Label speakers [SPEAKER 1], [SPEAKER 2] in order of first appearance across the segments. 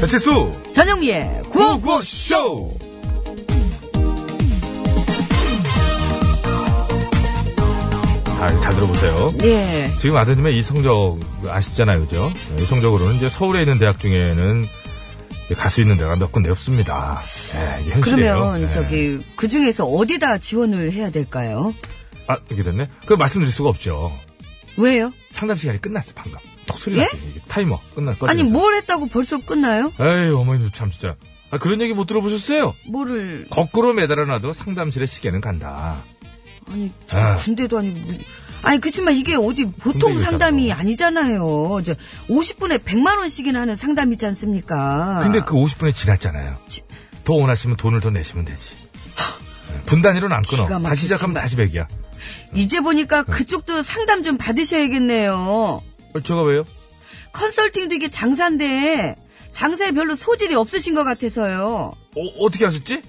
[SPEAKER 1] 배칠수
[SPEAKER 2] 전영미의 구호구호
[SPEAKER 1] 구호구쇼 자, 아, 잘 들어보세요.
[SPEAKER 2] 예.
[SPEAKER 1] 지금 아드님의 이 성적 아시잖아요, 그죠? 네, 이 성적으로는 이제 서울에 있는 대학 중에는 갈 수 있는 데가 몇 군데 없습니다. 예, 이게 현실이에요.
[SPEAKER 2] 그러면
[SPEAKER 1] 예.
[SPEAKER 2] 저기 그 중에서 어디다 지원을 해야 될까요?
[SPEAKER 1] 아, 이렇게 됐네. 그 말씀드릴 수가 없죠.
[SPEAKER 2] 왜요?
[SPEAKER 1] 상담 시간이 끝났어, 방금. 톡 소리
[SPEAKER 2] 예?
[SPEAKER 1] 났어요. 이게 타이머 끝났 꺼
[SPEAKER 2] 아니 뭐- 뭘 했다고 벌써 끝나요?
[SPEAKER 1] 에이, 어머니도 참 진짜. 아, 그런 얘기 못 들어보셨어요?
[SPEAKER 2] 뭐를
[SPEAKER 1] 거꾸로 매달아놔도 상담실에 시계는 간다.
[SPEAKER 2] 아니
[SPEAKER 1] 아.
[SPEAKER 2] 군대도 아니 고 아니 그렇지만 이게 어디 보통
[SPEAKER 1] 군대
[SPEAKER 2] 상담이
[SPEAKER 1] 교사라고.
[SPEAKER 2] 아니잖아요. 저 50분에 100만 원씩이나 하는 상담이지 않습니까?
[SPEAKER 1] 근데 그 50분이 지났잖아요.
[SPEAKER 2] 어. 지-
[SPEAKER 1] 더 원하시면 돈을 더 내시면 되지. 분 단위로는 안 끊어.
[SPEAKER 2] 기가 막히지,
[SPEAKER 1] 다시 시작하면
[SPEAKER 2] 정말.
[SPEAKER 1] 다시 100이야.
[SPEAKER 2] 이제 보니까
[SPEAKER 1] 네.
[SPEAKER 2] 그쪽도 상담 좀 받으셔야겠네요.
[SPEAKER 1] 어, 제가 왜요?
[SPEAKER 2] 컨설팅도 이게 장사인데 장사에 별로 소질이 없으신 것 같아서요.
[SPEAKER 1] 어, 떻게 하셨지?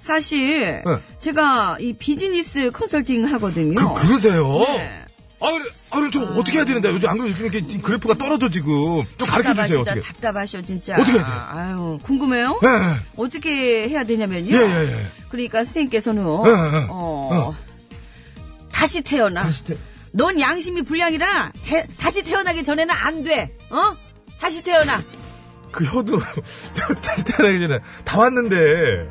[SPEAKER 2] 사실
[SPEAKER 1] 네.
[SPEAKER 2] 제가 이 비즈니스 컨설팅 하거든요.
[SPEAKER 1] 그, 그러세요?
[SPEAKER 2] 뭐? 네.
[SPEAKER 1] 아, 그래, 아, 그럼 저 어떻게 해야 되는데? 요즘 안 그래도 요즘 이렇게 지금 그래프가 떨어져, 지금. 좀 가르쳐 주세요,
[SPEAKER 2] 답답하시다
[SPEAKER 1] 그 어떻게.
[SPEAKER 2] 답답하셔 진짜.
[SPEAKER 1] 어떻게 해야 돼요?
[SPEAKER 2] 아유 궁금해요?
[SPEAKER 1] 예, 예,
[SPEAKER 2] 어떻게 해야 되냐면요.
[SPEAKER 1] 예, 예, 예.
[SPEAKER 2] 그러니까 선생님께서는
[SPEAKER 1] 예.
[SPEAKER 2] 어, 다시 태어나.
[SPEAKER 1] 다시 태-
[SPEAKER 2] 넌 양심이 불량이라 태- 다시 태어나기 전에는 안 돼. 어? 다시 태어나.
[SPEAKER 1] 그 혀도 다시 태어나기 전에 다 왔는데.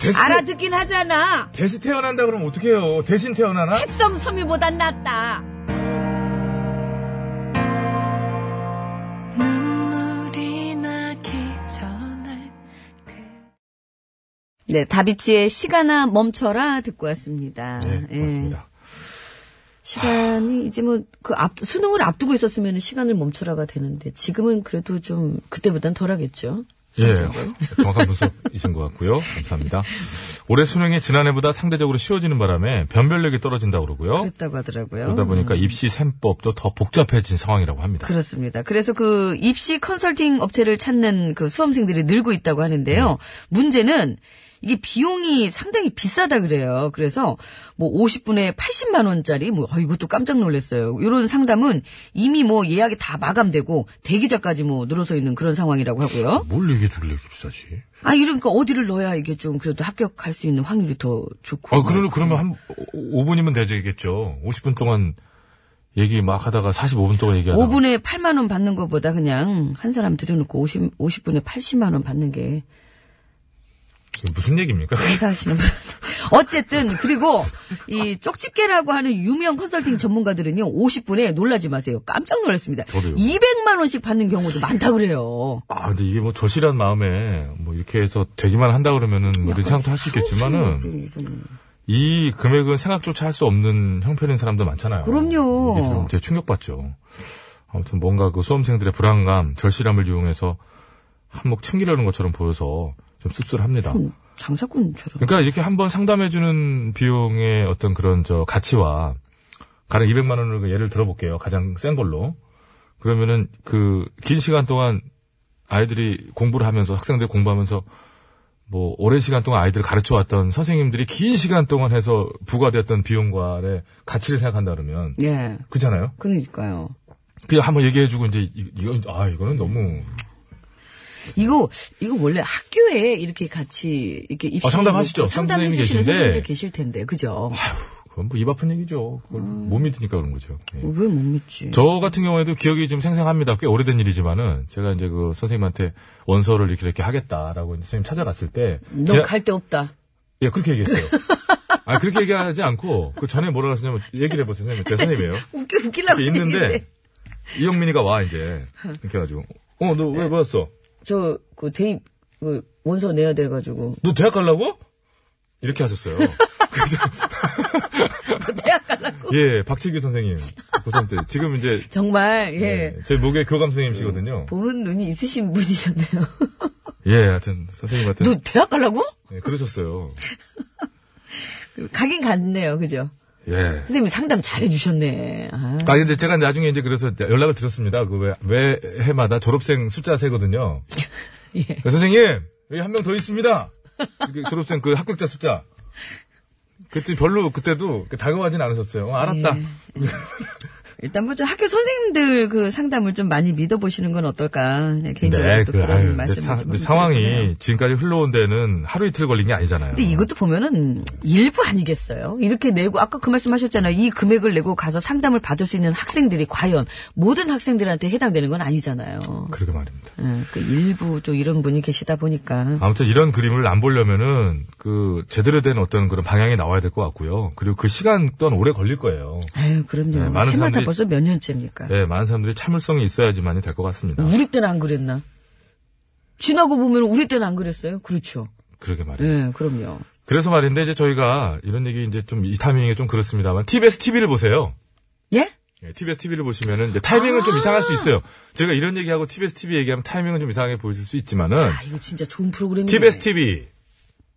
[SPEAKER 1] 대신,
[SPEAKER 2] 알아듣긴 하잖아.
[SPEAKER 1] 대신 태어난다 그러면 어떡해요? 대신 태어나나?
[SPEAKER 2] 합성 섬유보단 낫다.
[SPEAKER 3] 눈물이 나기 전에 그
[SPEAKER 2] 네, 다비치의 시간아 멈춰라 듣고 왔습니다.
[SPEAKER 1] 네,
[SPEAKER 2] 예.
[SPEAKER 1] 맞습니다.
[SPEAKER 2] 시간이 이제 뭐 그 앞 수능을 앞두고 있었으면 시간을 멈춰라가 되는데 지금은 그래도 좀 그때보단 덜하겠죠.
[SPEAKER 1] 예, 정확한 분석이신 것 같고요. 감사합니다. 올해 수능이 지난해보다 상대적으로 쉬워지는 바람에 변별력이 떨어진다고 그러고요.
[SPEAKER 2] 그랬다고 하더라고요.
[SPEAKER 1] 그러다 보니까 입시 셈법도 더 복잡해진 상황이라고 합니다.
[SPEAKER 2] 그렇습니다. 그래서 그 입시 컨설팅 업체를 찾는 그 수험생들이 늘고 있다고
[SPEAKER 1] 네.
[SPEAKER 2] 하는데요. 문제는 이게 비용이 상당히 비싸다 그래요. 그래서 뭐 50분에 80만 원짜리 뭐 아, 이것도 깜짝 놀랐어요. 이런 상담은 이미 뭐 예약이 다 마감되고 대기자까지 뭐 늘어서 있는 그런 상황이라고 하고요.
[SPEAKER 1] 뭘 얘기해 줄래 이렇게 비싸지?
[SPEAKER 2] 아 이러니까 어디를 넣어야 이게 좀 그래도 합격할 수 있는 확률이 더 좋고.
[SPEAKER 1] 아, 그러면, 그러면 한 5분이면 되겠죠. 50분 동안 얘기 막 하다가 45분 동안 얘기하다가.
[SPEAKER 2] 5분에 8만 원 받는 것보다 그냥 한 사람 들여놓고 50, 50분에 80만 원 받는 게
[SPEAKER 1] 이게 무슨 얘기입니까?
[SPEAKER 2] 장사하시는 분. 어쨌든 그리고 이 쪽집게라고 하는 유명 컨설팅 전문가들은요 50분에 놀라지 마세요 깜짝 놀랐습니다.
[SPEAKER 1] 저도요.
[SPEAKER 2] 200만 원씩 받는 경우도 많다 그래요.
[SPEAKER 1] 아, 근데 이게 뭐 절실한 마음에 뭐 이렇게 해서 되기만 한다 그러면은 뭐 이런 생각도 할 수 있겠지만은
[SPEAKER 2] 좀.
[SPEAKER 1] 이 금액은 생각조차 할 수 없는 형편인 사람도 많잖아요.
[SPEAKER 2] 그럼요.
[SPEAKER 1] 이게 좀 되게 충격받죠. 아무튼 뭔가 그 수험생들의 불안감, 절실함을 이용해서 한몫 챙기려는 것처럼 보여서 좀 씁쓸합니다.
[SPEAKER 2] 좀 장사꾼처럼.
[SPEAKER 1] 그러니까 이렇게 한번 상담해주는 비용의 어떤 그런 저 가치와 가령 200만 원을 그 예를 들어볼게요. 가장 센 걸로. 그러면은 그 긴 시간 동안 아이들이 공부를 하면서 학생들 공부하면서 뭐 오랜 시간 동안 아이들을 가르쳐 왔던 선생님들이 긴 시간 동안 해서 부과되었던 비용과의 가치를 생각한다 그러면
[SPEAKER 2] 예.
[SPEAKER 1] 그렇잖아요.
[SPEAKER 2] 그러니까요.
[SPEAKER 1] 그냥 한번 얘기해주고 이제 이- 이거 아 이거는 너무
[SPEAKER 2] 이거 이거 원래 학교에 이렇게 같이 이렇게 입시 뭐
[SPEAKER 1] 어, 상담하시죠.
[SPEAKER 2] 상담해
[SPEAKER 1] 선생님이
[SPEAKER 2] 주시는
[SPEAKER 1] 계신데.
[SPEAKER 2] 선생님들 계실 텐데 그죠?
[SPEAKER 1] 그건 뭐 입 아픈 얘기죠. 그걸 못 믿으니까 그런 거죠. 예.
[SPEAKER 2] 왜 못 믿지?
[SPEAKER 1] 저 같은 경우에도 기억이 좀 생생합니다. 꽤 오래된 일이지만은 제가 이제 그 선생님한테 원서를 이렇게 이렇게 하겠다라고 이제 선생님 찾아갔을 때
[SPEAKER 2] 너
[SPEAKER 1] 지나-
[SPEAKER 2] 갈 데 없다.
[SPEAKER 1] 예, 그렇게 얘기했어요. 아, 그렇게 얘기하지 않고 그 전에 뭐라고 하셨냐면 얘기를 해 보세요, 선생님. 제 선생님이에요.
[SPEAKER 2] 웃기 웃기려고
[SPEAKER 1] 이렇게
[SPEAKER 2] 했는데.
[SPEAKER 1] 있는데 이영민이가 와 이제 이렇게 해 가지고 어, 너 왜 뭐 왔어?
[SPEAKER 2] 저 그 대입 그 원서 내야 돼 가지고
[SPEAKER 1] 너 대학 가려고? 이렇게 하셨어요. 그래서
[SPEAKER 2] 대학 갈라고
[SPEAKER 1] 예, 박채규 선생님. 고3 때 지금 이제
[SPEAKER 2] 정말 예. 뭐.
[SPEAKER 1] 예, 제 목에 교감 선생님이시거든요.
[SPEAKER 2] 보는 눈이 있으신 분이셨네요.
[SPEAKER 1] 예, 하여튼 선생님한테
[SPEAKER 2] 너 대학 가려고?
[SPEAKER 1] 예, 그러셨어요.
[SPEAKER 2] 가긴 갔네요, 그죠?
[SPEAKER 1] 예.
[SPEAKER 2] 선생님이 상담 잘해주셨네. 아,
[SPEAKER 1] 아, 이제 제가 나중에 이제 그래서 연락을 드렸습니다. 그 왜, 왜 해마다 졸업생 숫자 세거든요.
[SPEAKER 2] 예.
[SPEAKER 1] 선생님, 여기 한 명 더 있습니다. 그 졸업생 그 합격자 숫자.
[SPEAKER 2] 예.
[SPEAKER 1] 그때 별로 그때도 그 다가오진 않으셨어요. 어, 알았다.
[SPEAKER 2] 일단 뭐저 학교 선생님들 그 상담을 좀 많이 믿어보시는 건 어떨까. 네, 개인적으로 또
[SPEAKER 1] 그,
[SPEAKER 2] 그런
[SPEAKER 1] 아유, 근데
[SPEAKER 2] 말씀을
[SPEAKER 1] 사-
[SPEAKER 2] 좀
[SPEAKER 1] 근데
[SPEAKER 2] 드리고 싶네요.
[SPEAKER 1] 상황이 지금까지 흘러온 데는 하루 이틀 걸린 게 아니잖아요.
[SPEAKER 2] 근데 이것도 보면은 일부 아니겠어요. 이렇게 내고 아까 그 말씀하셨잖아요. 이 금액을 내고 가서 상담을 받을 수 있는 학생들이 과연 모든 학생들한테 해당되는 건 아니잖아요.
[SPEAKER 1] 그러게 말입니다.
[SPEAKER 2] 예, 그 일부 좀 이런 분이 계시다 보니까
[SPEAKER 1] 아무튼 이런 그림을 안 보려면은 그 제대로 된 어떤 그런 방향이 나와야 될 것 같고요. 그리고 그 시간 또한 오래 걸릴 거예요.
[SPEAKER 2] 아유 그럼요.
[SPEAKER 1] 네, 많은
[SPEAKER 2] 해마다
[SPEAKER 1] 사람들이-
[SPEAKER 2] 벌써 몇 년째입니까?
[SPEAKER 1] 예, 많은 사람들이 참을성이 있어야지만이 될 것 같습니다.
[SPEAKER 2] 우리 때는 안 그랬나? 지나고 보면 우리 때는 안 그랬어요. 그렇죠.
[SPEAKER 1] 그러게 말이에요.
[SPEAKER 2] 예, 그럼요.
[SPEAKER 1] 그래서 말인데 이제 저희가 이런 얘기 이제 좀 이 타이밍이 좀 그렇습니다만 TBS TV를 보세요.
[SPEAKER 2] 예?
[SPEAKER 1] 예, TBS TV를 보시면은 이제 타이밍은
[SPEAKER 2] 아!
[SPEAKER 1] 좀 이상할 수 있어요. 제가 이런 얘기하고 TBS TV 얘기하면 타이밍은 좀 이상하게 보이실 수 있지만은
[SPEAKER 2] 아 이거 진짜 좋은 프로그램이네.
[SPEAKER 1] TBS TV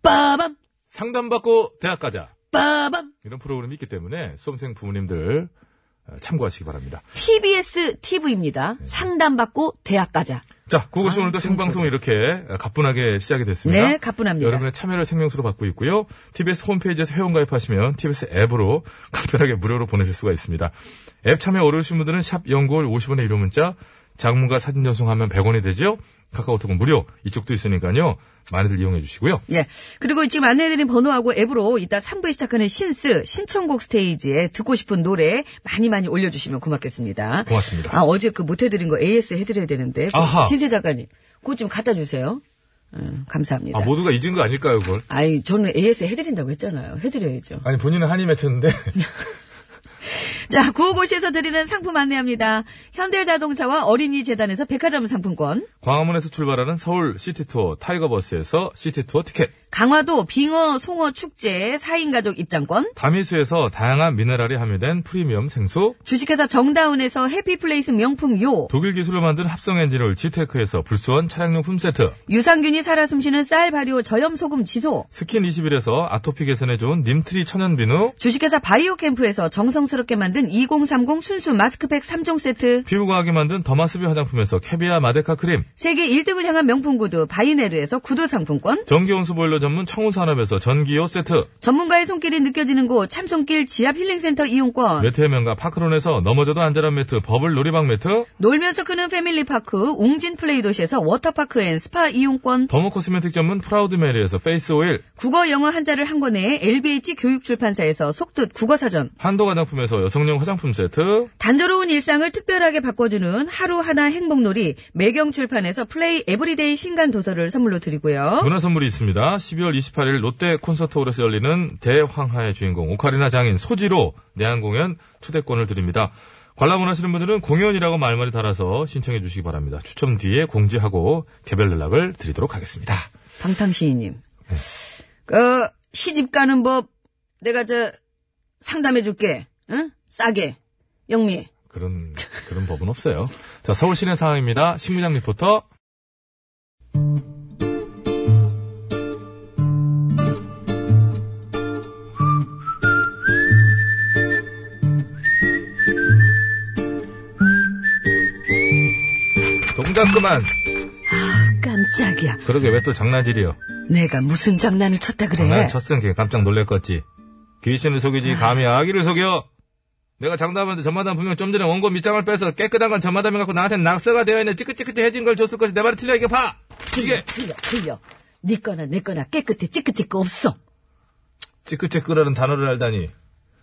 [SPEAKER 2] 빠밤
[SPEAKER 1] 상담받고 대학 가자
[SPEAKER 2] 빠밤
[SPEAKER 1] 이런 프로그램이 있기 때문에 수험생 부모님들 어, 참고하시기 바랍니다.
[SPEAKER 2] TBS TV입니다. 상담받고 대학 가자.
[SPEAKER 1] 자, 그것이
[SPEAKER 2] 아,
[SPEAKER 1] 오늘도
[SPEAKER 2] 좀
[SPEAKER 1] 생방송 이렇게 가뿐하게 시작이 됐습니다.
[SPEAKER 2] 네, 가뿐합니다.
[SPEAKER 1] 여러분의 참여를 생명수로 받고 있고요. TBS 홈페이지에서 회원 가입하시면 TBS 앱으로 간편하게 무료로 보내실 수가 있습니다. 앱 참여 어려우신 분들은 샵 연골 50원의 유료 문자, 장문과 사진 전송하면 100원이 되죠. 카카오톡은 무료. 이쪽도 있으니까요. 많이들 이용해 주시고요.
[SPEAKER 2] 예. 그리고 지금 안내해드린 번호하고 앱으로 이따 3부에 시작하는 신스 신청곡 스테이지에 듣고 싶은 노래 많이 많이 올려주시면 고맙겠습니다.
[SPEAKER 1] 고맙습니다.
[SPEAKER 2] 아 어제 그 못해드린 거 AS 해드려야 되는데 그
[SPEAKER 1] 아하.
[SPEAKER 2] 진세 작가님 그거 좀 갖다 주세요. 음, 감사합니다.
[SPEAKER 1] 아, 모두가 잊은 거 아닐까요, 그걸?
[SPEAKER 2] 아이 저는 AS 해드린다고 했잖아요. 해드려야죠.
[SPEAKER 1] 아니, 본인은 한이 맺혔는데.
[SPEAKER 2] 자, 구호고시에서 드리는 상품 안내합니다. 현대자동차와 어린이재단에서 백화점 상품권,
[SPEAKER 1] 광화문에서 출발하는 서울 시티투어 타이거버스에서 시티투어 티켓.
[SPEAKER 2] 강화도 빙어 송어 축제 4인 가족 입장권,
[SPEAKER 1] 다미수에서 다양한 미네랄이 함유된 프리미엄 생수.
[SPEAKER 2] 주식회사 정다운에서 해피플레이스 명품 요,
[SPEAKER 1] 독일 기술로 만든 합성 엔진을 지테크에서 불수원 차량용품 세트,
[SPEAKER 2] 유산균이 살아 숨쉬는 쌀 발효 저염소금 지소,
[SPEAKER 1] 스킨 21에서 아토피 개선에 좋은 님트리 천연비누,
[SPEAKER 2] 주식회사 바이오캠프에서 정성스럽게 만든 2030 순수 마스크팩 3종 세트,
[SPEAKER 1] 피부과학이 만든 더마스비 화장품에서 캐비아 마데카 크림,
[SPEAKER 2] 세계 1등을 향한 명품 구두 바이네르에서 구두 상품권,
[SPEAKER 1] 전기온수 보일러 전문 청운산업에서 전기요 세트,
[SPEAKER 2] 전문가의 손길이 느껴지는 곳 참손길 지압 힐링센터 이용권,
[SPEAKER 1] 매트의 명가 파크론에서 넘어져도 안전한 매트, 버블 놀이방 매트,
[SPEAKER 2] 놀면서 크는 패밀리파크, 웅진 플레이 도시에서 워터파크 앤 스파 이용권,
[SPEAKER 1] 더모 코스메틱 전문 프라우드메리에서 페이스 오일,
[SPEAKER 2] 국어 영어 한자를 한 권에 LBH 교육출판사에서 속뜻 국어사전,
[SPEAKER 1] 한도 화장품에서 여성용 화장품 세트,
[SPEAKER 2] 단조로운 일상을 특별하게 바꿔주는 하루 하나 행복놀이 매경출판에서 플레이 에브리데이 신간 도서를 선물로 드리고요.
[SPEAKER 1] 문화 선물이 있습니다. 12월 28일 롯데 콘서트홀에서 열리는 대황하의 주인공 오카리나 장인 소지로 내한 공연 초대권을 드립니다. 관람 원하시는 분들은 공연이라고 말머리 달아서 신청해 주시기 바랍니다. 추첨 뒤에 공지하고 개별 연락을 드리도록 하겠습니다.
[SPEAKER 2] 방탕시인님,
[SPEAKER 1] 네.
[SPEAKER 2] 그 시집 가는 법 내가 저 상담해줄게, 응? 싸게, 영미.
[SPEAKER 1] 그런 그런 법은 없어요. 자, 서울 시내 상황입니다. 신무장 리포터. 동작 그만.
[SPEAKER 2] 깜짝이야.
[SPEAKER 1] 그러게 왜 또 장난질이요?
[SPEAKER 2] 내가 무슨 장난을 쳤다 그래?
[SPEAKER 1] 장난 쳤은 게 깜짝 놀랬겠지. 귀신을 속이지 감히 아기를 속여. 내가 장담하는데 전마담 분명 좀 전에 원고 밑장을 빼서 깨끗한 건 전마담이 갖고 나한테 낙서가 되어 있는 찌끗찌끗해진 걸 줬을 것이 내 말이 틀려 이게 봐.
[SPEAKER 2] 틀려,
[SPEAKER 1] 이게
[SPEAKER 2] 틀려, 틀려. 네 거나 내 거나 깨끗해, 찌끗찌끗 없어.
[SPEAKER 1] 찌끗찌끗이라는 단어를 알다니.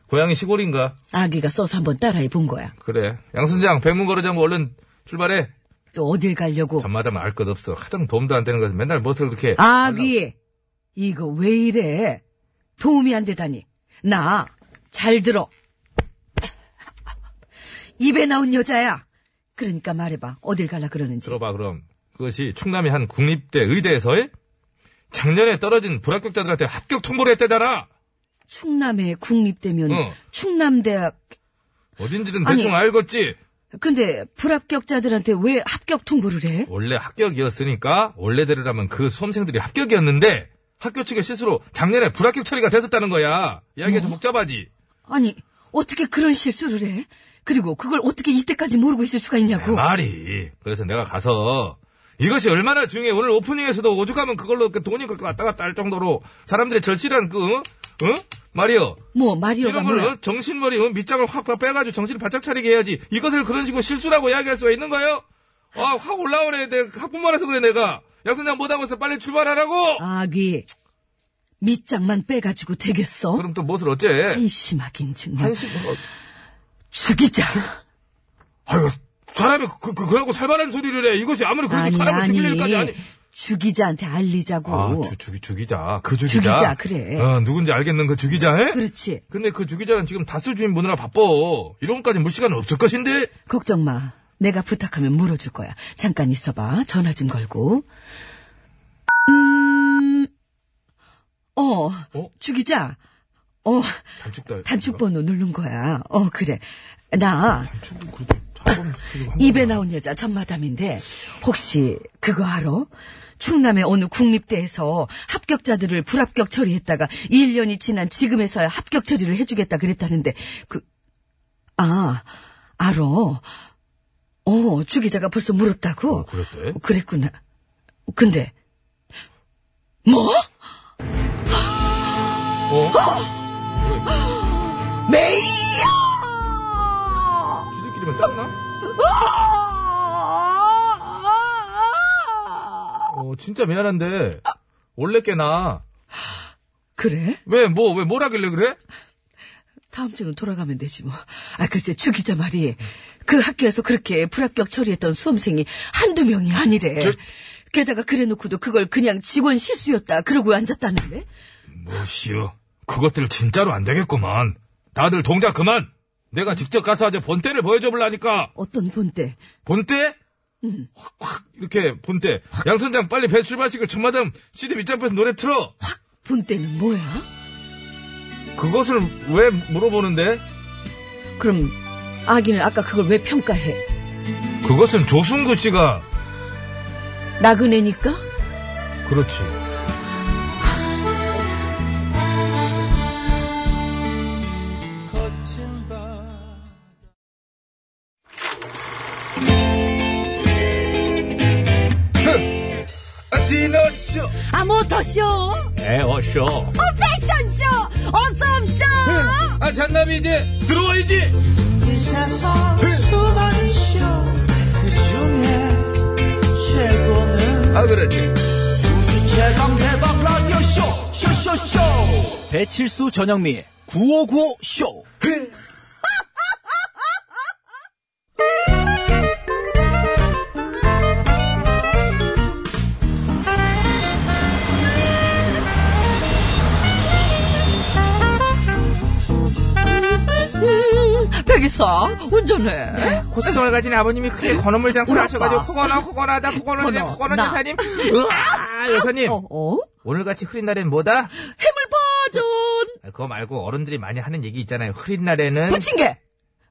[SPEAKER 1] 고향이 시골인가?
[SPEAKER 2] 아기가 써서 한번 따라해 본 거야.
[SPEAKER 1] 그래. 양순장 백문거래장고 뭐 얼른 출발해.
[SPEAKER 2] 또 어딜 가려고.
[SPEAKER 1] 전마담 알 것 없어. 하등 도움도 안 되는 것은 맨날 무엇을 그렇게.
[SPEAKER 2] 아기, 이거 왜 이래? 도움이 안 되다니. 나 잘 들어. 입에 나온 여자야. 그러니까 말해봐. 어딜 갈라 그러는지.
[SPEAKER 1] 들어봐 그럼 그것이 충남의 한 국립대 의대에서의 작년에 떨어진 불합격자들한테 합격 통보를 했대잖아.
[SPEAKER 2] 충남의 국립대면
[SPEAKER 1] 어.
[SPEAKER 2] 충남대학.
[SPEAKER 1] 어딘지는
[SPEAKER 2] 아니.
[SPEAKER 1] 대충 알겠지.
[SPEAKER 2] 근데 불합격자들한테 왜 합격 통보를 해?
[SPEAKER 1] 원래 합격이었으니까 원래대로라면 그 수험생들이 합격이었는데 학교 측의 실수로 작년에 불합격 처리가 됐었다는 거야. 이야기가
[SPEAKER 2] 뭐?
[SPEAKER 1] 좀 복잡하지.
[SPEAKER 2] 아니 어떻게 그런 실수를 해? 그리고 그걸 어떻게 이때까지 모르고 있을 수가 있냐고.
[SPEAKER 4] 네,
[SPEAKER 1] 말이. 그래서 내가 가서 이것이 얼마나 중요해. 오늘 오프닝에서도 오죽하면 그걸로 그 돈이 그렇게 왔다 갔다 할 정도로 사람들의 절실한 그 어? 어?
[SPEAKER 4] 말이요.
[SPEAKER 2] 뭐 말이여가
[SPEAKER 4] 이런 걸
[SPEAKER 2] 뭐야?
[SPEAKER 4] 어? 정신머리 어? 밑장을 확 빼가지고 정신을 바짝 차리게 해야지. 이것을 그런 식으로 실수라고 이야기할 수가 있는 거예요? 아, 확 올라오네. 내가 학부모라서 그래, 내가. 약선장 못하고 있어. 빨리 출발하라고!
[SPEAKER 2] 아귀 밑장만 빼가지고 되겠어?
[SPEAKER 4] 그럼 또 무엇을 어째?
[SPEAKER 2] 한심하긴 정말
[SPEAKER 4] 한심, 어,
[SPEAKER 2] 죽이자.
[SPEAKER 4] 아유, 사람이 그, 그, 그러고 살만한 소리를 해. 이것이 아무리 그래도 사람을 죽일 일까지 아니.
[SPEAKER 2] 죽이자한테 알리자고.
[SPEAKER 4] 아, 주, 죽이, 죽이자. 그 죽이자.
[SPEAKER 2] 죽이자, 그래.
[SPEAKER 4] 어, 누군지 알겠는 그 죽이자, 에?
[SPEAKER 2] 그렇지.
[SPEAKER 4] 근데 그 죽이자는 지금 다수 주인 보느라 바빠. 이런까지 물 시간 없을 것인데?
[SPEAKER 2] 걱정 마. 내가 부탁하면 물어줄 거야. 잠깐 있어봐. 전화 좀 걸고. 음, 어,
[SPEAKER 4] 어?
[SPEAKER 2] 죽이자. 어,
[SPEAKER 4] 단축다.
[SPEAKER 2] 단축번호 누른 거야. 어, 그래. 나,
[SPEAKER 4] 단축은 그래도 한번
[SPEAKER 2] 입에 나온 여자 전마담인데 혹시 그거 알아? 충남의 어느 국립대에서 합격자들을 불합격 처리했다가 1년이 지난 지금에서야 합격 처리를 해주겠다 그랬다는데 그 아, 알아. 어, 주 기자가 벌써 물었다고?
[SPEAKER 4] 어, 그랬대?
[SPEAKER 2] 그랬구나. 근데 뭐?
[SPEAKER 4] 어?
[SPEAKER 2] 메이야!
[SPEAKER 4] 지들끼리만 짰나? 어, 진짜 미안한데, 원래 깨나.
[SPEAKER 2] 그래?
[SPEAKER 4] 왜, 뭐, 왜, 뭘 하길래 그래?
[SPEAKER 2] 다음 주는 돌아가면 되지 뭐. 아 글쎄 주 기자 말이 그 학교에서 그렇게 불합격 처리했던 수험생이 한두 명이 아니래.
[SPEAKER 4] 저-
[SPEAKER 2] 게다가 그래놓고도 그걸 그냥 직원 실수였다 그러고 앉았다는데.
[SPEAKER 4] 뭐시여. 그것들 진짜로 안 되겠구만. 다들 동작 그만! 내가 직접 가서 아주 본때를 보여줘 볼라니까!
[SPEAKER 2] 어떤 본때
[SPEAKER 4] 본때? 확, 확, 이렇게, 본때. 양선장 빨리 배 출발시켜. 전마담 CD 밑장에서 노래 틀어!
[SPEAKER 2] 본때는 뭐야?
[SPEAKER 4] 그것을 왜 물어보는데?
[SPEAKER 2] 그럼 아기는 아까 그걸 왜 평가해?
[SPEAKER 4] 그것은 조승구 씨가.
[SPEAKER 2] 나그네니까?
[SPEAKER 4] 그렇지. 디너쇼!
[SPEAKER 2] 아 모터쇼,
[SPEAKER 4] 에어쇼!
[SPEAKER 2] 패션쇼, 어썸쇼.
[SPEAKER 4] 아, 잔나비 이제 들어와야지!
[SPEAKER 5] 이 세상 수많은 쇼그 중에 최고는
[SPEAKER 4] 아, 그렇지.
[SPEAKER 5] 우주 최강 대박 라디오 쇼 쇼쇼쇼 배칠수 전영미 9595 쇼.
[SPEAKER 2] 음, 백이사 운전해.
[SPEAKER 1] 고수성을 가진 아버님이 크게 건어물 장사를
[SPEAKER 2] 우리
[SPEAKER 1] 하셔가지고
[SPEAKER 2] 아빠.
[SPEAKER 1] 코거나 코거나다 코거나
[SPEAKER 2] 코너,
[SPEAKER 1] 코거나
[SPEAKER 2] 나.
[SPEAKER 1] 여사님 으아 여사님
[SPEAKER 2] 어, 어?
[SPEAKER 1] 오늘같이 흐린 날엔 뭐다?
[SPEAKER 2] 해물 버전.
[SPEAKER 1] 아, 그거 말고 어른들이 많이 하는 얘기 있잖아요 흐린 날에는
[SPEAKER 2] 부침개.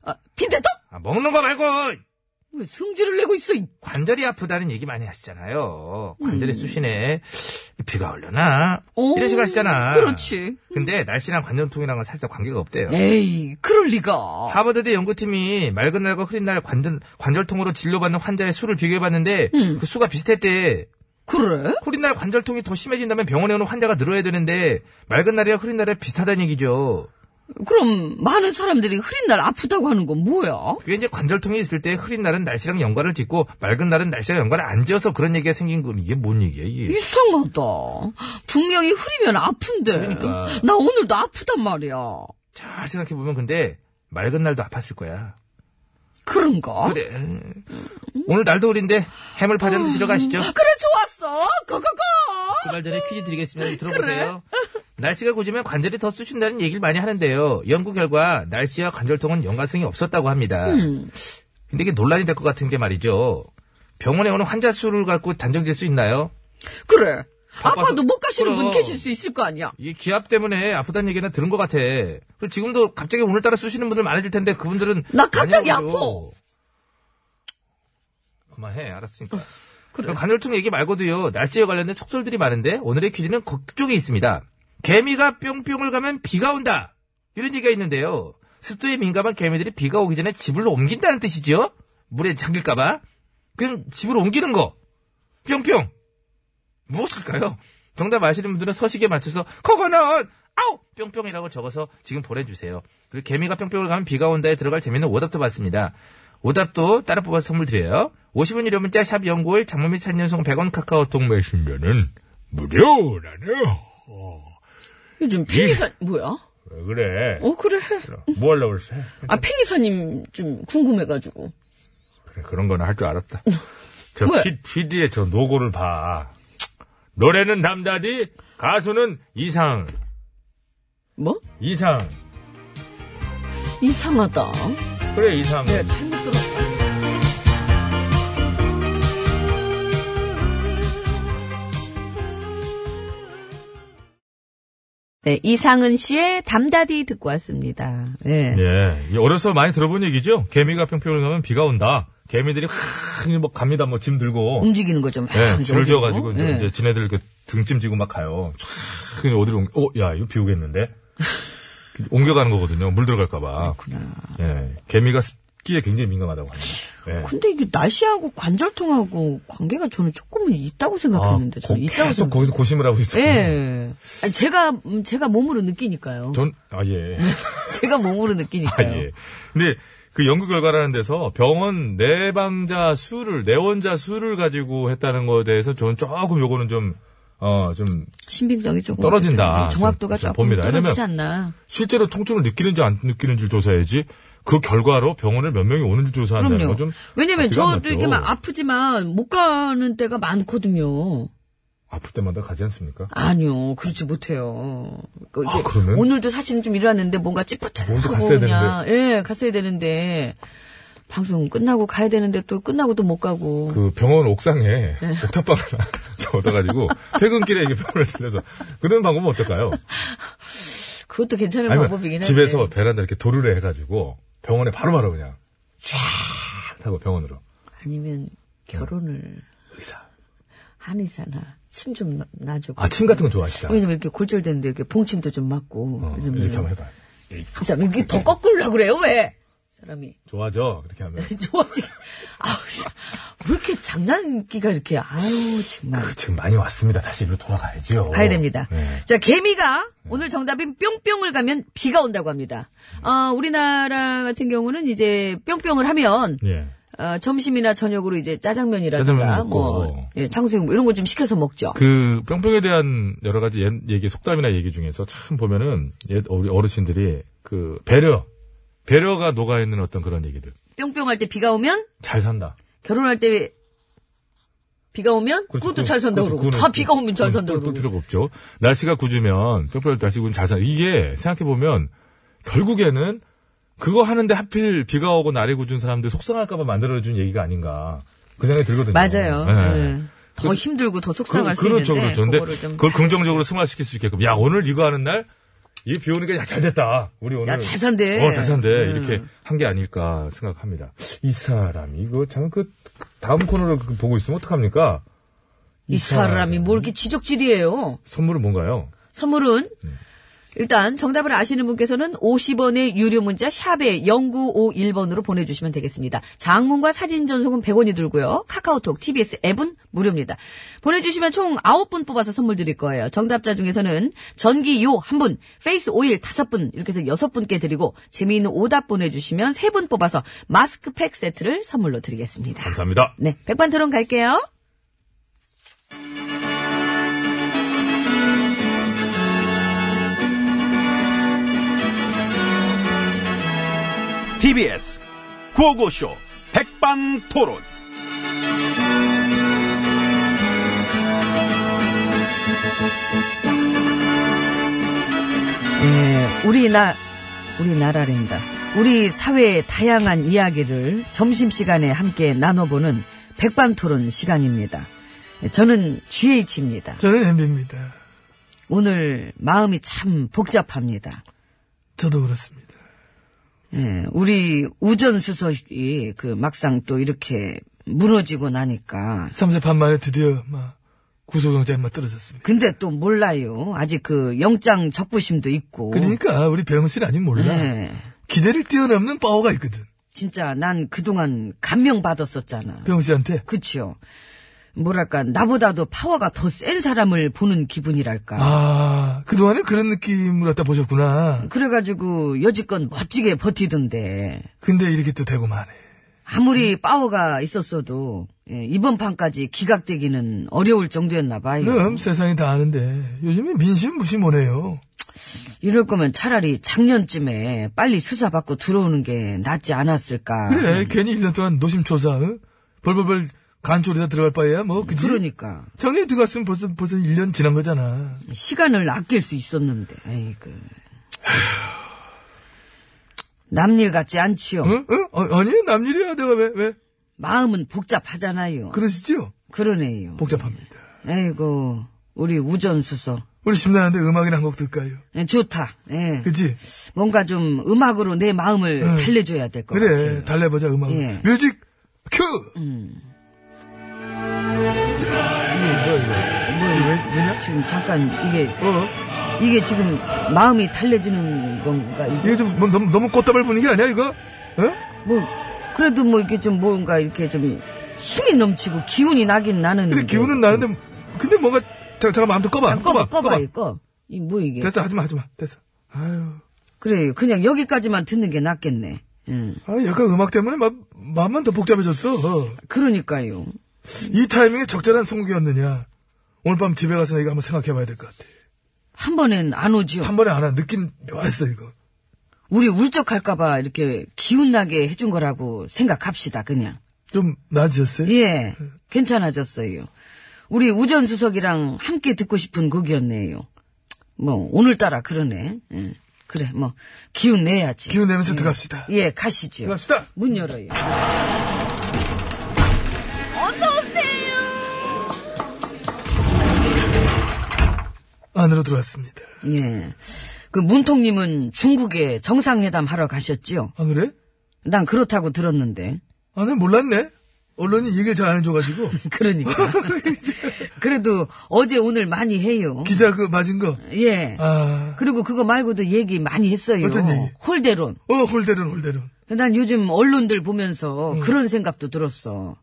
[SPEAKER 2] 아, 빈대떡.
[SPEAKER 1] 아, 먹는 거 말고
[SPEAKER 2] 왜 승질을 내고 있어? 이-
[SPEAKER 1] 관절이 아프다는 얘기 많이 하시잖아요 관절이 쑤시네 비가 오려나
[SPEAKER 2] 음. 오,
[SPEAKER 1] 이런 식으로 하시잖아
[SPEAKER 2] 그렇지. 네.
[SPEAKER 1] 근데 날씨랑 관절통이랑은 살짝 관계가 없대요
[SPEAKER 2] 에이, 그럴 리가.
[SPEAKER 1] 하버드대 연구팀이 맑은 날과 흐린 날 관절, 관절통으로 진료받는 환자의 수를 비교해봤는데
[SPEAKER 2] 음.
[SPEAKER 1] 그 수가 비슷했대
[SPEAKER 2] 그래?
[SPEAKER 1] 흐린 날 관절통이 더 심해진다면 병원에 오는 환자가 늘어야 되는데 맑은 날이랑 흐린 날이 비슷하다는 얘기죠.
[SPEAKER 2] 그럼 많은 사람들이 흐린 날 아프다고 하는 건 뭐야?
[SPEAKER 1] 그게 이제 관절통이 있을 때 흐린 날은 날씨랑 연관을 짓고 맑은 날은 날씨랑 연관을 안 지어서 그런 얘기가 생긴 건 이게 뭔 얘기야 이게.
[SPEAKER 2] 이상하다. 분명히 흐리면 아픈데.
[SPEAKER 1] 그러니까.
[SPEAKER 2] 나 오늘도 아프단 말이야.
[SPEAKER 1] 잘 생각해보면 근데 맑은 날도 아팠을 거야.
[SPEAKER 2] 그런가?
[SPEAKER 1] 그래. 오늘 날도 흐린데 해물파전 드시러 가시죠.
[SPEAKER 2] 그래, 좋았어. 고고고!
[SPEAKER 1] 그말 전에 퀴즈 드리겠습니다. 들어보세요. 날씨가 고지면 관절이 더 쑤신다는 얘기를 많이 하는데요. 연구 결과 날씨와 관절통은 연관성이 없었다고 합니다. 근데 이게 논란이 될 것 같은 게 말이죠. 병원에 오는 환자 수를 갖고 단정질 수 있나요?
[SPEAKER 2] 그래.
[SPEAKER 1] 바빠서-
[SPEAKER 2] 아파도 못 가시는 분
[SPEAKER 1] 그럼.
[SPEAKER 2] 계실 수 있을 거 아니야.
[SPEAKER 1] 이게 기압 때문에 아프다는 얘기는 들은 것 같아. 그리고 지금도 갑자기 오늘따라 쑤시는 분들 많아질 텐데 그분들은
[SPEAKER 2] 나 갑자기
[SPEAKER 1] 아니라고요. 그만해 알았으니까.
[SPEAKER 2] 그래.
[SPEAKER 1] 관절통 얘기 말고도요 날씨에 관련된 속설들이 많은데 오늘의 퀴즈는 그쪽에 있습니다. 개미가 뿅뿅을 가면 비가 온다 이런 얘기가 있는데요. 습도에 민감한 개미들이 비가 오기 전에 집을 옮긴다는 뜻이죠. 물에 잠길까봐. 그럼 집으로 옮기는 거뭐 뿅뿅 무엇일까요? 정답 아시는 분들은 서식에 맞춰서 코코넛 아우 뿅뿅이라고 적어서 지금 보내주세요. 그리고 개미가 뿅뿅을 가면 비가 온다에 들어갈 재미있는 오답도 받습니다. 오답도 따로 뽑아서 선물 드려요. 50원 유료 문자 샵 연구일 장모 및 3년송 100원 카카오톡 메신저는 무료라네요.
[SPEAKER 2] 요즘 팽이사
[SPEAKER 1] 예.
[SPEAKER 2] 뭐야?
[SPEAKER 4] 왜 그래?
[SPEAKER 2] 어 그래.
[SPEAKER 4] 뭐 하려고 그랬어?
[SPEAKER 2] 아 팽이사님 좀 궁금해가지고.
[SPEAKER 4] 그래, 그런 거는 할 줄 알았다. 저
[SPEAKER 2] 왜?
[SPEAKER 4] 피, 피디의 저 노고를 봐. 노래는 담다디, 가수는 이상,
[SPEAKER 2] 뭐?
[SPEAKER 4] 이상.
[SPEAKER 2] 이상하다.
[SPEAKER 4] 그래, 이상.
[SPEAKER 2] 내가 네, 잘못 들었다. 네, 이상은 씨의 담다디 듣고 왔습니다. 예.
[SPEAKER 4] 예. 이 어려서 많이 들어본 얘기죠? 개미가 평평을 가면 비가 온다. 개미들이 확, 뭐, 갑니다. 뭐, 짐 들고.
[SPEAKER 2] 움직이는 거좀
[SPEAKER 4] 예, 줄 지어가지고, 이제, 이제 지네들 그 등짐 지고 막 가요. 촥, 어디로, 옮- 어, 야, 이거 비 오겠는데? 옮겨가는 거거든요. 물 들어갈까봐. 예. 개미가 습기에 굉장히 민감하다고 합니다. 예.
[SPEAKER 2] 근데 이게 날씨하고 관절통하고 관계가 저는 조금은 있다고 생각했는데
[SPEAKER 4] 거-
[SPEAKER 2] 저는 있다고
[SPEAKER 4] 아, 계속
[SPEAKER 2] 생각.
[SPEAKER 4] 거기서 고심을 하고 있어요.
[SPEAKER 2] 예. 아니, 제가 음, 제가 몸으로 느끼니까요.
[SPEAKER 4] 전, 아, 예.
[SPEAKER 2] 제가 몸으로
[SPEAKER 4] 아,
[SPEAKER 2] 느끼니까요.
[SPEAKER 4] 예. 근데 그 연구 결과라는 데서 병원 내방자 수를, 내원자 수를 가지고 했다는 거에 대해서 저는 조금 요거는 좀, 어, 좀,
[SPEAKER 2] 신빙성이 조금
[SPEAKER 4] 떨어진다.
[SPEAKER 2] 정확도가
[SPEAKER 4] 좀-
[SPEAKER 2] 조금
[SPEAKER 4] 좀 봅니다.
[SPEAKER 2] 떨어지지 않나.
[SPEAKER 4] 실제로 통증을 느끼는지 안 느끼는지를 조사해야지 그 결과로 병원을 몇 명이 오는지 조사한다는
[SPEAKER 2] 그럼요.
[SPEAKER 4] 건 아, 네, 뭐 좀.
[SPEAKER 2] 왜냐면
[SPEAKER 4] 앞뒤가 안
[SPEAKER 2] 저도
[SPEAKER 4] 맞죠.
[SPEAKER 2] 이렇게 막 아프지만 못 가는 때가 많거든요.
[SPEAKER 4] 아플 때마다 가지 않습니까?
[SPEAKER 2] 아니요, 그렇지 못해요. 그
[SPEAKER 4] 아,
[SPEAKER 2] 이게
[SPEAKER 4] 그러면?
[SPEAKER 2] 오늘도 사실은 좀 일어났는데 뭔가
[SPEAKER 4] 오늘도
[SPEAKER 2] 찌뿌듯하고
[SPEAKER 4] 갔어야
[SPEAKER 2] 그냥 예 갔어야 되는데 방송 끝나고 가야 되는데 또 끝나고 또 못 가고
[SPEAKER 4] 그 병원 옥상에
[SPEAKER 2] 네.
[SPEAKER 4] 옥탑방 하나 좀 얻어가지고 퇴근길에 이게 병원을 들려서 그런 방법은 어떨까요?
[SPEAKER 2] 그, 것도 괜찮은
[SPEAKER 4] 아니면 뭐
[SPEAKER 2] 방법이긴 한데
[SPEAKER 4] 집에서 베란다 이렇게 도르래 해가지고 병원에 바로바로 그냥 쫙 하고 병원으로
[SPEAKER 2] 아니면 결혼을
[SPEAKER 4] 의사.
[SPEAKER 2] 한의사나 침 좀 놔주고
[SPEAKER 4] 아침 같은 건 좋아하시다.
[SPEAKER 2] 왜냐면 이렇게 골절됐는데 이렇게 봉침도 좀 맞고
[SPEAKER 4] 어,
[SPEAKER 2] 이러면
[SPEAKER 4] 이렇게 한번 해봐요.
[SPEAKER 2] 그 사람 이게 더 꺾으려고 그래요 왜 사람이
[SPEAKER 4] 좋아져 이렇게 하면
[SPEAKER 2] 좋아지게 아우 왜 이렇게 장난기가 이렇게 아우 정말
[SPEAKER 4] 그 지금 많이 왔습니다. 다시 일로 돌아가야죠.
[SPEAKER 2] 가야 됩니다.
[SPEAKER 4] 네.
[SPEAKER 2] 자, 개미가 오늘 정답인 뿅뿅을 가면 비가 온다고 합니다. 어, 우리나라 같은 경우는 이제 뿅뿅을 하면
[SPEAKER 4] 예.
[SPEAKER 2] 어, 점심이나 저녁으로 이제 짜장면이라든가
[SPEAKER 4] 짜장면 먹고.
[SPEAKER 2] 뭐 예, 탕수육 뭐 이런 거 좀 시켜서 먹죠.
[SPEAKER 4] 그 뿅뿅에 대한 여러 가지 옛 얘기 속담이나 얘기 중에서 참 보면은 옛 우리 어르신들이 그 배려 배려가 녹아 있는 어떤 그런 얘기들
[SPEAKER 2] 뿅뿅할 때 비가 오면
[SPEAKER 4] 잘 산다.
[SPEAKER 2] 결혼할 때 비가 오면
[SPEAKER 4] 그렇죠.
[SPEAKER 2] 그것도잘 산다 고 그러고 다 비가 오면 잘 산다 고
[SPEAKER 4] 볼
[SPEAKER 2] 그러고
[SPEAKER 4] 필요가 없죠. 날씨가 굳으면 뿅뿅할 때 날씨가 잘 산다. 이게 생각해 보면 결국에는 그거 하는데 하필 비가 오고 날이 굳은 사람들 속상할까봐 만들어준 얘기가 아닌가 그 생각이 들거든요.
[SPEAKER 2] 맞아요.
[SPEAKER 4] 예.
[SPEAKER 2] 예. 더 힘들고 더 속상할
[SPEAKER 4] 그, 렇죠
[SPEAKER 2] 수 있는데
[SPEAKER 4] 그렇죠. 근데
[SPEAKER 2] 거를 좀
[SPEAKER 4] 그걸 긍정적으로 승화시킬 수 있게끔. 야, 오늘 이거 하는 날, 이 비 오니까 야, 잘 됐다. 우리 오늘.
[SPEAKER 2] 야, 잘 산대.
[SPEAKER 4] 어, 잘 산대.
[SPEAKER 2] 음.
[SPEAKER 4] 이렇게 한 게 아닐까 생각합니다. 이 사람, 이거 참 그, 다음 코너를 그 보고 있으면 어떡합니까? 뭐-
[SPEAKER 2] 이 사람이 뭘 이렇게 지적질이에요.
[SPEAKER 4] 선물은 뭔가요?
[SPEAKER 2] 선물은
[SPEAKER 4] 네.
[SPEAKER 2] 일단 정답을 아시는 분께서는 50원의 유료 문자 샵에 0951번으로 보내주시면 되겠습니다. 장문과 사진 전송은 100원이 들고요. 카카오톡, TBS 앱은 무료입니다. 보내주시면 총 9분 뽑아서 선물 드릴 거예요. 정답자 중에서는 전기요 1분, 페이스 오일 5분 이렇게 해서 6분께 드리고 재미있는 오답 보내주시면 3분 뽑아서 마스크팩 세트를 선물로 드리겠습니다.
[SPEAKER 4] 감사합니다.
[SPEAKER 2] 네, 백반토론 갈게요.
[SPEAKER 6] TBS 구호고쇼 백반토론.
[SPEAKER 2] 예, 우리나 우리나라입니다. 우리 사회의 다양한 이야기를 점심 시간에 함께 나눠보는 백반토론 시간입니다. 저는 GH입니다.
[SPEAKER 5] 저는 엠비입니다.
[SPEAKER 2] 오늘 마음이 참 복잡합니다.
[SPEAKER 5] 저도 그렇습니다.
[SPEAKER 2] 예, 우리 우전 수석이 그 막상 또 이렇게 무너지고 나니까
[SPEAKER 5] 3세 반 만에 드디어 막 구속영장이 막 떨어졌습니다.
[SPEAKER 2] 근데 또 몰라요. 아직 그 영장 적부심도 있고.
[SPEAKER 5] 그러니까 우리 배영훈 씨는 아닌 몰라.
[SPEAKER 2] 예,
[SPEAKER 5] 기대를 뛰어넘는 파워가 있거든.
[SPEAKER 2] 진짜 난 그동안 감명 받았었잖아.
[SPEAKER 5] 배영훈 씨한테
[SPEAKER 2] 그치요. 뭐랄까 나보다도 파워가 더 센 사람을 보는 기분이랄까.
[SPEAKER 5] 아, 그동안은 그런 느낌으로 갖다 보셨구나.
[SPEAKER 2] 그래가지고 여지껏 멋지게 버티던데
[SPEAKER 5] 근데 이렇게 또 되고 마네.
[SPEAKER 2] 아무리 파워가 있었어도 예, 이번 판까지 기각되기는 어려울 정도였나 봐요.
[SPEAKER 5] 그럼 세상이 다 아는데 요즘에 민심 무심 오네요.
[SPEAKER 2] 이럴 거면 차라리 작년쯤에 빨리 수사받고 들어오는 게 낫지 않았을까.
[SPEAKER 5] 그래, 네, 괜히 1년 동안 노심초사, 응? 벌벌벌 간초리다 들어갈 바에야 뭐, 그지?
[SPEAKER 2] 그러니까
[SPEAKER 5] 작년에 들어갔으면 벌써, 벌써 1년 지난 거잖아.
[SPEAKER 2] 시간을 아낄 수 있었는데. 아이고. 남일 같지 않지요.
[SPEAKER 5] 응? 응? 어, 아니, 남일이야. 내가 왜, 왜?
[SPEAKER 2] 마음은 복잡하잖아요.
[SPEAKER 5] 그러시지요?
[SPEAKER 2] 그러네요.
[SPEAKER 5] 복잡합니다.
[SPEAKER 2] 아이고, 우리 우전수석.
[SPEAKER 5] 우리 심란한데 음악이나 한 곡 들까요?
[SPEAKER 2] 예, 좋다. 예.
[SPEAKER 5] 그지?
[SPEAKER 2] 뭔가 좀 음악으로 내 마음을 달래줘야 될 것
[SPEAKER 5] 그래,
[SPEAKER 2] 같아요.
[SPEAKER 5] 달래보자, 음악.
[SPEAKER 2] 예. 음.
[SPEAKER 5] 뮤직, 큐! 이게 뭐야, 이거? 이게 왜, 왜냐?
[SPEAKER 2] 지금 잠깐 이게
[SPEAKER 5] 어?
[SPEAKER 2] 이게 지금 마음이 달래지는 건가? 이게
[SPEAKER 5] 이게 좀, 뭐, 너무, 너무 꽃다발 분위기 아니야, 이거? 어?
[SPEAKER 2] 뭐 그래도 뭐 이렇게 좀 뭔가 이렇게 좀 힘이 넘치고 기운이 나긴 나는.
[SPEAKER 5] 그래, 기운은 나는데, 근데 뭔가, 자, 잠깐만, 아무튼 꺼봐.
[SPEAKER 2] 음. 꺼봐, 꺼봐, 이거. 이뭐 이게?
[SPEAKER 5] 됐어, 하지마, 하지마. 됐어. 아유.
[SPEAKER 2] 그래요. 그냥 여기까지만 듣는 게 낫겠네. 음.
[SPEAKER 5] 아, 약간 음악 때문에 마, 마음만 더 복잡해졌어. 어.
[SPEAKER 2] 그러니까요.
[SPEAKER 5] 이 타이밍에 적절한 선곡이었느냐. 오늘 밤 집에 가서 이거 한번 생각해봐야 될 것 같아.
[SPEAKER 2] 한 번엔 안 오지요.
[SPEAKER 5] 한 번에 안 와. 느낌 묘했어, 이거.
[SPEAKER 2] 우리 울적할까봐 이렇게 기운나게 해준 거라고 생각합시다, 그냥.
[SPEAKER 5] 좀 나아지셨어요?
[SPEAKER 2] 예, 괜찮아졌어요. 우리 우전수석이랑 함께 듣고 싶은 곡이었네요. 뭐, 오늘따라 그러네. 예. 그래, 뭐, 기운 내야지.
[SPEAKER 5] 기운 내면서 들어갑시다.
[SPEAKER 2] 예, 가시죠.
[SPEAKER 5] 들어갑시다.
[SPEAKER 2] 문 열어요.
[SPEAKER 5] 안으로 들어왔습니다.
[SPEAKER 2] 예. 그 문통님은 중국에 정상회담 하러 가셨지요?
[SPEAKER 5] 아, 그래?
[SPEAKER 2] 난 그렇다고 들었는데.
[SPEAKER 5] 아, 난 몰랐네. 언론이 얘기를 잘 안 해줘가지고.
[SPEAKER 2] 그러니까. 그래도 어제 오늘 많이 해요.
[SPEAKER 5] 기자 그 맞은 거.
[SPEAKER 2] 예.
[SPEAKER 5] 아.
[SPEAKER 2] 그리고 그거 말고도 얘기 많이 했어요.
[SPEAKER 5] 어떤 얘기?
[SPEAKER 2] 홀대론.
[SPEAKER 5] 어, 홀대론, 음. 홀대론.
[SPEAKER 2] 난 요즘 언론들 보면서 그런 생각도 들었어.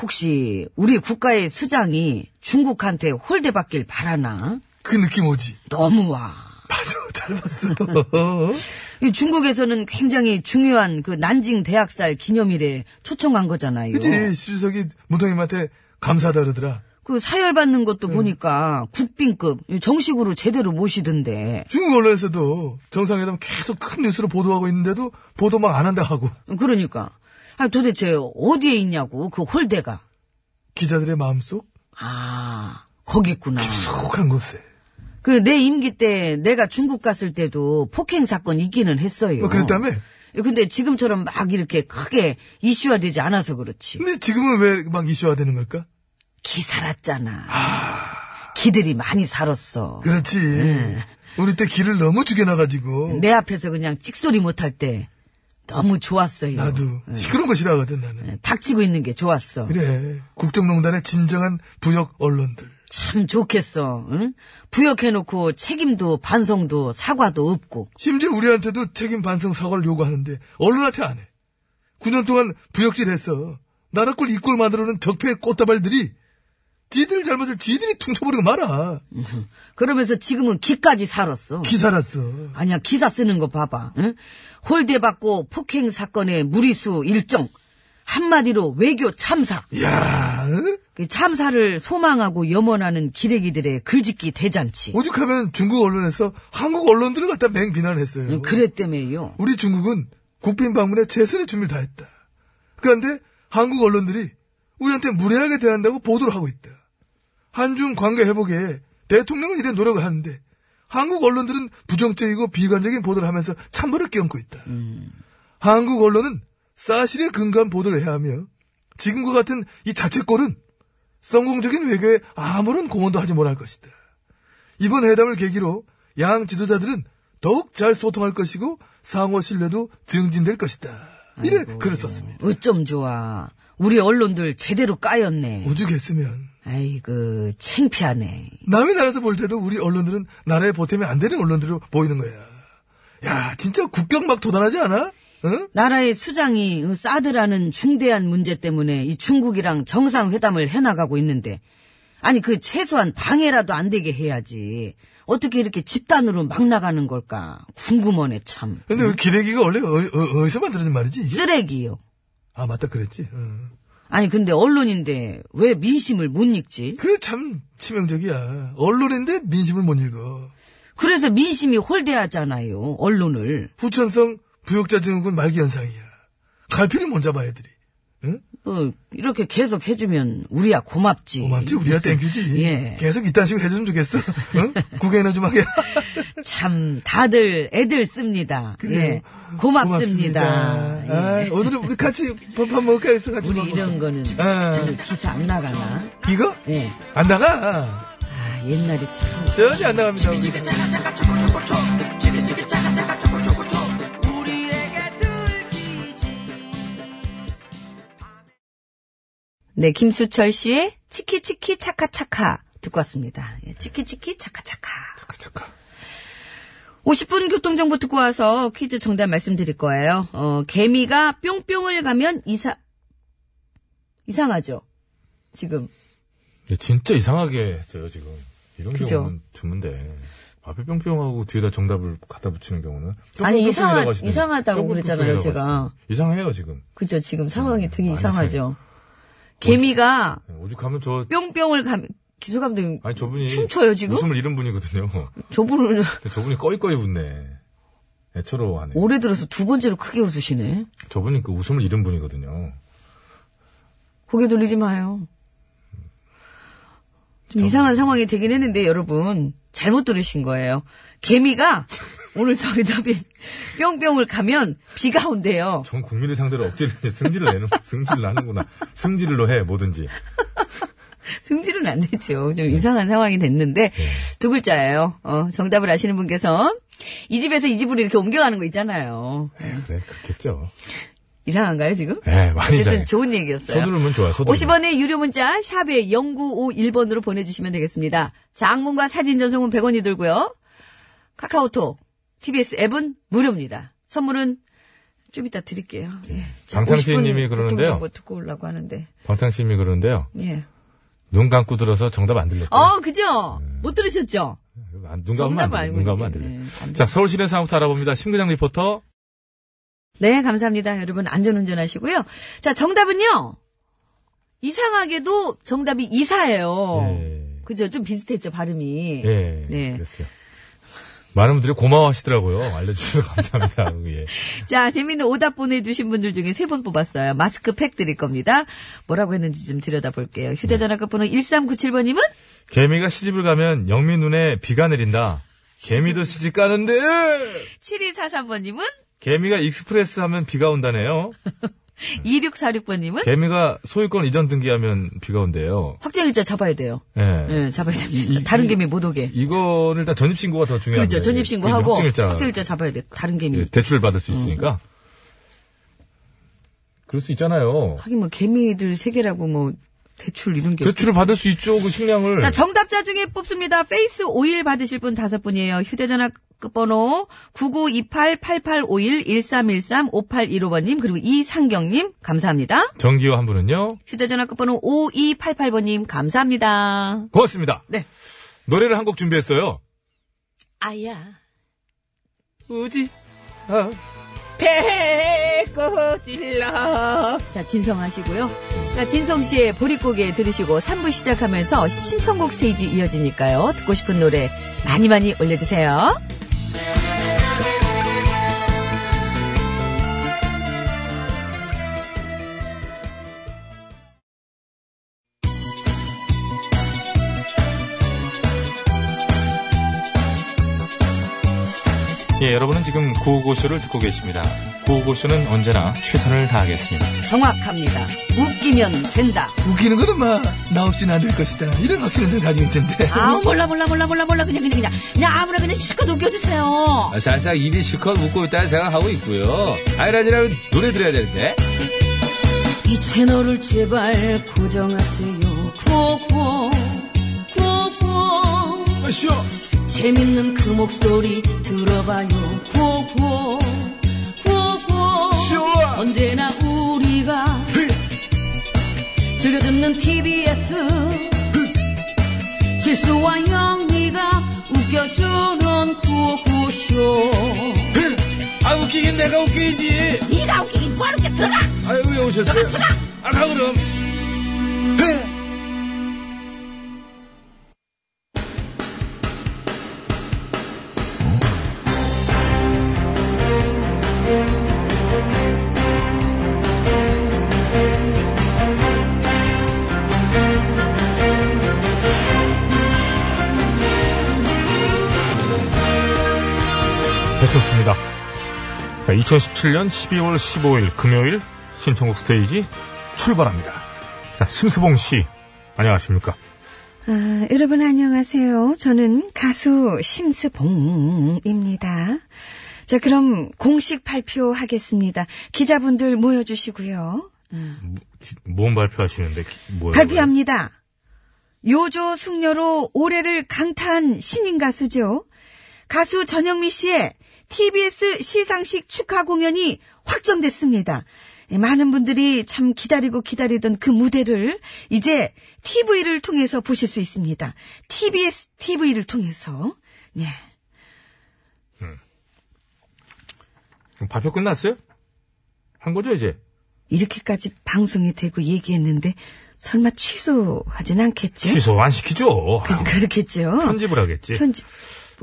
[SPEAKER 2] 혹시 우리 국가의 수장이 중국한테 홀대받길 바라나?
[SPEAKER 5] 그 느낌 오지?
[SPEAKER 2] 너무 와.
[SPEAKER 5] 맞아, 잘 봤어.
[SPEAKER 2] 이 중국에서는 굉장히 중요한 그 난징 대학살 기념일에 초청한 거잖아요.
[SPEAKER 5] 그치? 시주석이 문통님한테 감사하다 그러더라.
[SPEAKER 2] 그 사열받는 것도
[SPEAKER 5] 네.
[SPEAKER 2] 보니까 국빈급 정식으로 제대로 모시던데.
[SPEAKER 5] 중국 언론에서도 정상회담 계속 큰 뉴스로 보도하고 있는데도 보도 막 안 한다 하고
[SPEAKER 2] 그러니까. 아, 도대체 어디에 있냐고, 그 홀대가.
[SPEAKER 5] 기자들의 마음속
[SPEAKER 2] 아, 거기 있구나.
[SPEAKER 5] 푹한 곳에
[SPEAKER 2] 그 내 임기 때 내가 중국 갔을 때도 폭행 사건 있기는 했어요.
[SPEAKER 5] 뭐 그랬다며?
[SPEAKER 2] 근데 지금처럼 막 이렇게 크게 이슈화되지 않아서 그렇지.
[SPEAKER 5] 근데 지금은 왜 막 이슈화 되는 걸까?
[SPEAKER 2] 기 살았잖아. 기들이 많이 살았어.
[SPEAKER 5] 그렇지
[SPEAKER 2] 네.
[SPEAKER 5] 우리 때 길을 너무 죽여놔가지고
[SPEAKER 2] 내 앞에서 그냥 찍소리 못할 때 너무 좋았어요.
[SPEAKER 5] 나도
[SPEAKER 2] 네.
[SPEAKER 5] 시끄러운 거 싫어하거든 나는
[SPEAKER 2] 예, 닥치고 있는 게 좋았어.
[SPEAKER 5] 그래 국정농단의 진정한 부역 언론들
[SPEAKER 2] 참 좋겠어. 응? 부역해놓고 책임도 반성도 사과도 없고.
[SPEAKER 5] 심지어 우리한테도 책임 반성 사과를 요구하는데 언론한테 안해 9년 동안 부역질했어 나라꼴 이꼴 만들어는 적폐의 꽃다발들이 지들 잘못을 지들이 퉁쳐버리고 말아
[SPEAKER 2] 네. 그러면서 지금은 기까지 살았어.
[SPEAKER 5] 기사났어
[SPEAKER 2] 아니야 기사 쓰는 거 봐봐. 응? 홀대 받고 폭행 사건의 무리수 일정 한마디로 외교 참사.
[SPEAKER 5] 야
[SPEAKER 2] 그 참사를 소망하고 염원하는 기레기들의 글짓기
[SPEAKER 5] 어?
[SPEAKER 2] 대잔치.
[SPEAKER 5] 오죽하면 중국 언론에서 한국 언론들을 갖다 맹비난했어요.
[SPEAKER 2] 음, 그랬다며요.
[SPEAKER 5] 우리 중국은 국빈 방문에 최선의 준비를 다했다. 그런데 한국 언론들이 우리한테 무례하게 대한다고 보도를 하고 있다. 한중 관계 회복에 대통령은 이런 노력을 하는데 한국 언론들은 부정적이고 비관적인 보도를 하면서 찬물을 끼얹고 있다. 한국 언론은 사실에 근거한 보도를 해야 하며 지금과 같은 이 자책골은 성공적인 외교에 아무런 공헌도 하지 못할 것이다. 이번 회담을 계기로 양 지도자들은 더욱 잘 소통할 것이고 상호 신뢰도 증진될 것이다. 이래 글을 썼습니다.
[SPEAKER 2] 어쩜 좋아. 우리 언론들 제대로 까였네.
[SPEAKER 5] 오죽했으면
[SPEAKER 2] 아이고 창피하네.
[SPEAKER 5] 남의 나라에서 볼 때도 우리 언론들은 나라에 보탬이 안 되는 언론들로 보이는 거야. 야 진짜 국경 막 도단하지 않아? 응?
[SPEAKER 2] 나라의 수장이 사드라는 중대한 문제 때문에 이 중국이랑 정상회담을 해나가고 있는데, 아니, 그 최소한 방해라도 안 되게 해야지. 어떻게 이렇게 집단으로 막 나가는 걸까? 궁금하네, 참.
[SPEAKER 5] 근데 그 기레기가 원래 어, 디서 만들어진 말이지? 이게?
[SPEAKER 2] 쓰레기요.
[SPEAKER 5] 아, 맞다, 그랬지. 응.
[SPEAKER 2] 아니, 근데 언론인데 왜 민심을 못 읽지?
[SPEAKER 5] 그 참 치명적이야. 언론인데 민심을 못 읽어.
[SPEAKER 2] 그래서 민심이 홀대하잖아요, 언론을.
[SPEAKER 5] 후천성 부역자 증후군 말기 현상이야. 갈피를 못 잡아 애들이. 응?
[SPEAKER 2] 어, 이렇게 계속 해주면 우리야 고맙지.
[SPEAKER 5] 고맙지 우리야 땡큐지.
[SPEAKER 2] 예.
[SPEAKER 5] 계속 이딴 식으로 해주면 좋겠어. 응? 구경이나 좀 하게.
[SPEAKER 2] 참, 다들 애들 씁니다.
[SPEAKER 5] 그래요.
[SPEAKER 2] 예. 고맙습니다.
[SPEAKER 5] 고맙습니다.
[SPEAKER 2] 예.
[SPEAKER 5] 아, 오늘은 우리 같이 밥밥 먹을까 해서 같이
[SPEAKER 2] 우리
[SPEAKER 5] 먹어.
[SPEAKER 2] 이런 거는
[SPEAKER 5] 아.
[SPEAKER 2] 참 기사 안 나가나?
[SPEAKER 5] 이거?
[SPEAKER 2] 예.
[SPEAKER 5] 안 나가.
[SPEAKER 2] 아, 옛날이 참.
[SPEAKER 5] 전혀 안 나갑니다. 우리.
[SPEAKER 2] 네, 김수철 씨의 치키치키 차카차카 듣고 왔습니다. 예, 치키치키 차카차카.
[SPEAKER 4] 잠깐.
[SPEAKER 2] 50분 교통정보 듣고 와서 퀴즈 정답 말씀드릴 거예요. 어, 개미가 뿅뿅을 가면 이사, 이상하죠? 지금.
[SPEAKER 4] 예, 진짜 이상하게 했어요, 지금. 이런
[SPEAKER 2] 그죠?
[SPEAKER 4] 경우는 드문데. 앞에 뿅뿅하고 뒤에다 정답을 갖다 붙이는 경우는.
[SPEAKER 2] 아니, 이상하-
[SPEAKER 4] 뿅뿅뿅뿅이라고 하시더니
[SPEAKER 2] 이상하다고
[SPEAKER 4] 뿅뿅뿅뿅이라고
[SPEAKER 2] 그랬잖아요, 제가.
[SPEAKER 4] 하시더니. 이상해요, 지금.
[SPEAKER 2] 그죠? 지금 상황이
[SPEAKER 4] 음,
[SPEAKER 2] 되게
[SPEAKER 4] 많이
[SPEAKER 2] 이상하죠? 개미가
[SPEAKER 4] 예, 오죽하면 저,
[SPEAKER 2] 뿅뿅을 가면, 기수감독님,
[SPEAKER 4] 아니, 저분이.
[SPEAKER 2] 춤춰요, 지금?
[SPEAKER 4] 웃음을 잃은 분이거든요. 근데
[SPEAKER 2] 저분은
[SPEAKER 4] 저분이 꺼이꺼이 웃네. 애처로 하네.
[SPEAKER 2] 올해 들어서 두 번째로 크게 웃으시네.
[SPEAKER 4] 저분이 그 웃음을 잃은 분이거든요.
[SPEAKER 2] 고개 돌리지 마요. 좀 이상한 상황이 되긴 했는데 여러분 잘못 들으신 거예요. 개미가 오늘 정답이 뿅뿅을 가면 비가 온대요.
[SPEAKER 4] 전 국민을 상대로 억지를, 이제 승질을 내는, 승질을 하는구나. 승질로 해, 뭐든지.
[SPEAKER 2] 승질은 안 되죠. 좀 이상한 상황이 됐는데
[SPEAKER 4] 네.
[SPEAKER 2] 두 글자예요. 어, 정답을 아시는 분께서 이 집에서 이 집으로 이렇게 옮겨가는 거 있잖아요. 네.
[SPEAKER 4] 네, 그래, 그렇겠죠.
[SPEAKER 2] 이상한가요 지금?
[SPEAKER 4] 예, 많이 이상해.
[SPEAKER 2] 어쨌든 좋은 얘기였어요.
[SPEAKER 4] 서두르면 좋아, 서두르면.
[SPEAKER 2] 50원의 유료 문자 샵에 0951번으로 보내주시면 되겠습니다. 장문과 사진 전송은 100원이 들고요. 카카오톡, TBS 앱은 무료입니다. 선물은 좀 이따 드릴게요. 예.
[SPEAKER 4] 방탕시인 님이
[SPEAKER 2] 50분
[SPEAKER 4] 그러는데요.
[SPEAKER 2] 교통정보 듣고 오려고 하는데.
[SPEAKER 4] 방탕심이 그러는데요.
[SPEAKER 2] 예.
[SPEAKER 4] 눈 감고 들어서 정답 안 들렸고.
[SPEAKER 2] 어, 그죠?
[SPEAKER 4] 음.
[SPEAKER 2] 못 들으셨죠?
[SPEAKER 4] 안, 눈 감으면 안
[SPEAKER 2] 정답을
[SPEAKER 4] 들려.
[SPEAKER 2] 알고
[SPEAKER 4] 눈 감으면
[SPEAKER 2] 있지.
[SPEAKER 4] 안 들려.
[SPEAKER 2] 네, 안
[SPEAKER 4] 자, 서울시내 상황부터 알아봅니다. 심근장 리포터.
[SPEAKER 2] 네, 감사합니다. 여러분 안전운전 하시고요. 자, 정답은요. 이상하게도 정답이 이사예요.
[SPEAKER 4] 예.
[SPEAKER 2] 그죠? 좀 비슷했죠, 발음이.
[SPEAKER 4] 예.
[SPEAKER 2] 어. 네.
[SPEAKER 4] 그랬어요. 많은 분들이 고마워하시더라고요. 알려주셔서 감사합니다. 예.
[SPEAKER 2] 자, 재밌는 오답 보내주신 분들 중에 세 분 뽑았어요. 마스크 팩 드릴 겁니다. 뭐라고 했는지 좀 들여다볼게요. 휴대전화 끝번호 1397번님은?
[SPEAKER 4] 개미가 시집을 가면 영미 눈에 비가 내린다. 개미도 시집 가는데
[SPEAKER 2] 7243번님은?
[SPEAKER 4] 개미가 익스프레스 하면 비가 온다네요.
[SPEAKER 2] 2646번님은?
[SPEAKER 4] 개미가 소유권 이전 등기하면 비가 온대요.
[SPEAKER 2] 확정일자 잡아야 돼요.
[SPEAKER 4] 예.
[SPEAKER 2] 예, 잡아야 됩니다.
[SPEAKER 4] 이-
[SPEAKER 2] 다른
[SPEAKER 4] 이-
[SPEAKER 2] 개미 못 오게.
[SPEAKER 4] 이거는 일단 전입신고가 더 중요합니다.
[SPEAKER 2] 그렇죠. 전입신고하고
[SPEAKER 4] 확정일자.
[SPEAKER 2] 확정일자 음. 잡아야 돼. 다른 개미.
[SPEAKER 4] 예, 대출을 받을 수 있으니까. 그럴 수 있잖아요.
[SPEAKER 2] 하긴 뭐 개미들 세개라고뭐 대출 이런 게.
[SPEAKER 4] 대출을 받을 수 있죠, 그 식량을.
[SPEAKER 2] 자, 정답자 중에 뽑습니다. 페이스 오일 받으실 분 다섯 분이에요. 휴대전화 끝번호 9928-8851-1313-5815번님, 그리고 이상경님, 감사합니다.
[SPEAKER 4] 정기호 한 분은요.
[SPEAKER 2] 휴대전화 끝번호 5288번님, 감사합니다.
[SPEAKER 4] 고맙습니다.
[SPEAKER 2] 네.
[SPEAKER 4] 노래를 한 곡 준비했어요.
[SPEAKER 2] 아야.
[SPEAKER 1] 우지 어. 배꼬질러
[SPEAKER 2] 자, 진성하시고요. 자, 진성 씨의 보릿고개 들으시고 3부 시작하면서 신청곡 스테이지 이어지니까요. 듣고 싶은 노래 많이 많이 올려주세요.
[SPEAKER 4] 예, 여러분은 지금 구호고쇼를 듣고 계십니다. 구호고쇼는 언제나 최선을 다하겠습니다.
[SPEAKER 2] 정확합니다. 웃기면 된다.
[SPEAKER 5] 웃기는 거는 막나 없이는 안 될 것이다. 이런 확신을 늘 가지고 있던데.
[SPEAKER 2] 아 몰라 몰라 몰라 몰라 몰라 그냥 그냥 그냥 그냥 아무나 그냥 실컷 웃겨주세요.
[SPEAKER 1] 아, 살짝 입이 실컷 웃고 있다는 생각하고 있고요 아이라지라면 노래 들어야 되는데
[SPEAKER 2] 이 채널을 제발 고정하세요. 구호구호 구호구호
[SPEAKER 4] 아시오!
[SPEAKER 2] 재밌는 그 목소리 들어봐요. 구호구호 구호구호 언제나 우리가 즐겨 듣는 TBS 실수와 영리가 웃겨주는 구호구쇼
[SPEAKER 1] 아 웃기긴 내가 웃기지.
[SPEAKER 2] 네가 웃기긴 바로 이렇게 들어가
[SPEAKER 1] 아유 왜 오셨어요? 아가 그럼.
[SPEAKER 4] 배쳤습니다. 자, 2017년 12월 15일 금요일 신청곡 스테이지 출발합니다. 자, 심수봉 씨. 안녕하십니까.
[SPEAKER 2] 아, 여러분 안녕하세요. 저는 가수 심스봉입니다. 자, 그럼 공식 발표하겠습니다. 기자분들 모여주시고요.
[SPEAKER 4] 뭔 발표하시는데, 기- 뭐예요?
[SPEAKER 2] 발표합니다. 요조 숙녀로 올해를 강타한 신인 가수죠. 가수 전영미 씨의 TBS 시상식 축하 공연이 확정됐습니다. 예, 많은 분들이 참 기다리고 기다리던 그 무대를 이제 TV를 통해서 보실 수 있습니다. TBS TV를 통해서. 네.
[SPEAKER 1] 그럼 발표 끝났어요? 한 거죠
[SPEAKER 2] 예?
[SPEAKER 1] 이제?
[SPEAKER 2] 이렇게까지 방송이 되고 얘기했는데 설마 취소하진 않겠죠?
[SPEAKER 4] 취소 안 시키죠. 아,
[SPEAKER 2] 그, 그렇겠죠.
[SPEAKER 4] 편집을 하겠지.
[SPEAKER 2] 편집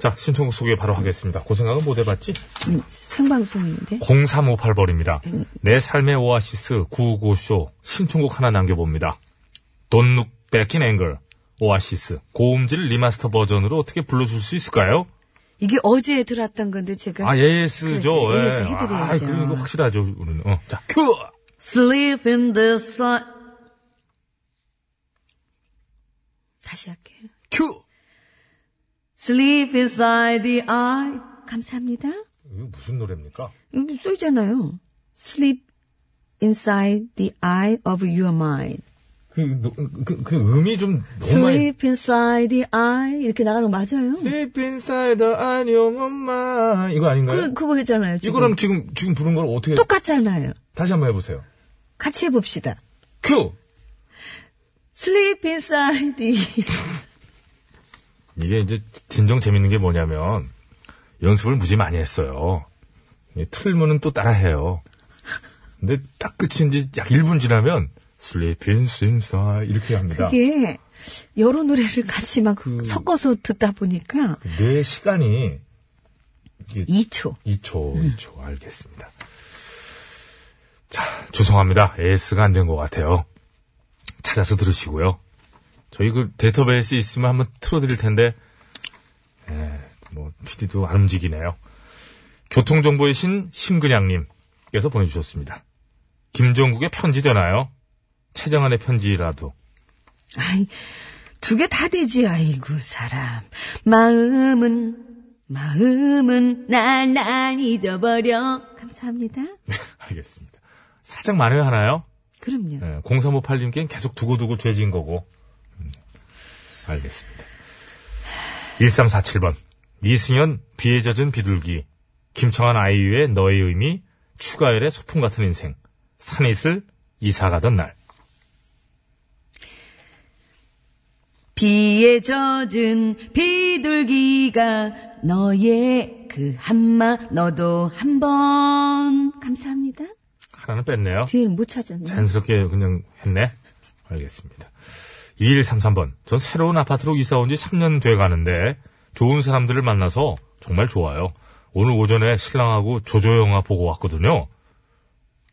[SPEAKER 4] 자, 신청곡 소개 바로 하겠습니다. 그 고생하고 못 해봤지?
[SPEAKER 2] 음, 생방송인데.
[SPEAKER 4] 0358벌입니다. 내 삶의 오아시스 955쇼 신청곡 하나 남겨봅니다. Don't Look Back in Anger 오아시스 고음질 리마스터 버전으로 어떻게 불러줄 수 있을까요?
[SPEAKER 2] 이게 네 어제 들어왔던 건데 제가
[SPEAKER 4] 아 예스죠.
[SPEAKER 2] 네. 그렇죠. AS
[SPEAKER 4] 예. 아,
[SPEAKER 2] 해드려야죠.
[SPEAKER 4] 그리고 확실하죠. 우리는. 어, 자 큐.
[SPEAKER 2] Sleep in the sun 다시 할게요
[SPEAKER 1] 큐.
[SPEAKER 2] Sleep inside the eye 감사합니다
[SPEAKER 4] 이거 무슨 노래입니까?
[SPEAKER 2] 여기 써있잖아요 Sleep inside the eye of your mind
[SPEAKER 4] 그, 노- 그, 그 음이 좀 너무 많이.
[SPEAKER 2] Sleep inside the eye 이렇게 나가는 거 맞아요
[SPEAKER 4] Sleep inside the 안녕 엄마 이거 아닌가요?
[SPEAKER 2] 그, 그거 했잖아요 지금.
[SPEAKER 4] 이거랑 지금 지금 부른 걸 어떻게
[SPEAKER 2] 똑같잖아요
[SPEAKER 4] 다시 한번 해보세요.
[SPEAKER 2] 같이 해봅시다
[SPEAKER 4] 큐.
[SPEAKER 2] Sleep inside the
[SPEAKER 4] 이게 이제 진정 재밌는 게 뭐냐면 연습을 무지 많이 했어요. 이 틀면은 또 따라해요. 근데 딱 끝인 지약 1분 지나면 슬리핀 심사 이렇게 합니다.
[SPEAKER 2] 그게 여러 노래를 같이 막
[SPEAKER 4] 그
[SPEAKER 2] 섞어서 듣다 보니까
[SPEAKER 4] 뇌 시간이
[SPEAKER 2] 2초.
[SPEAKER 4] 2초, 2초 알겠습니다. 자, 죄송합니다. AS가 안 된 것 같아요. 찾아서 들으시고요. 저희 그 데이터베이스 있으면 한번 틀어드릴 텐데, 예, 뭐, PD도 안 움직이네요. 교통정보의 신, 심근양님께서 보내주셨습니다. 김종국의 편지 되나요? 최정한의 편지라도.
[SPEAKER 2] 아이, 두 개 다 되지, 아이고, 사람. 마음은, 마음은 날난 잊어버려. 감사합니다.
[SPEAKER 4] 알겠습니다. 살짝 만회하나요?
[SPEAKER 2] 그럼요.
[SPEAKER 4] 0358님께는 계속 두고두고 죄진 거고. 음, 알겠습니다. 1347번. 이승현, 비에 젖은 비둘기. 김청한 아이유의 너의 의미. 추가열의 소풍 같은 인생. 산이슬, 이사 가던 날.
[SPEAKER 2] 비에 젖은 비둘기가 너의 그 한마, 너도 한번. 감사합니다.
[SPEAKER 4] 하나는 뺐네요.
[SPEAKER 2] 뒤에는 못 찾았네.
[SPEAKER 4] 자연스럽게 그냥 했네. 알겠습니다. 2133번. 전 새로운 아파트로 이사 온 지 3년 돼 가는데 좋은 사람들을 만나서 정말 좋아요. 오늘 오전에 신랑하고 조조 영화 보고 왔거든요.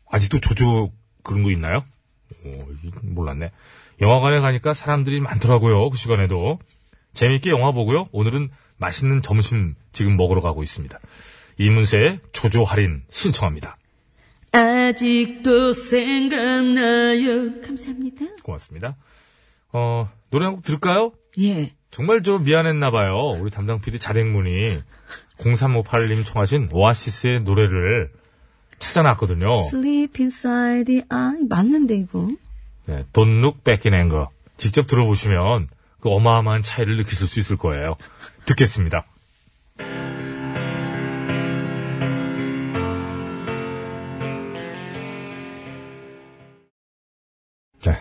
[SPEAKER 4] 아직도 조조 그런 거 있나요? 오, 이거 몰랐네. 영화관에 가니까 사람들이 많더라고요. 그 시간에도. 재미있게 영화 보고요. 오늘은 맛있는 점심 지금 먹으러 가고 있습니다. 이문세의 조조 할인 신청합니다.
[SPEAKER 2] 아직도 생각나요. 감사합니다.
[SPEAKER 4] 고맙습니다. 어, 노래 한 곡 들을까요?
[SPEAKER 2] 예.
[SPEAKER 4] 정말 저 미안했나봐요. 우리 담당 PD 자랭문이 0358님 청하신 오아시스의 노래를 찾아놨거든요.
[SPEAKER 2] Sleep inside the eye. 맞는데, 이거.
[SPEAKER 4] 네, Don't Look Back in Anger. 직접 들어보시면 그 어마어마한 차이를 느끼실 수 있을 거예요. 듣겠습니다.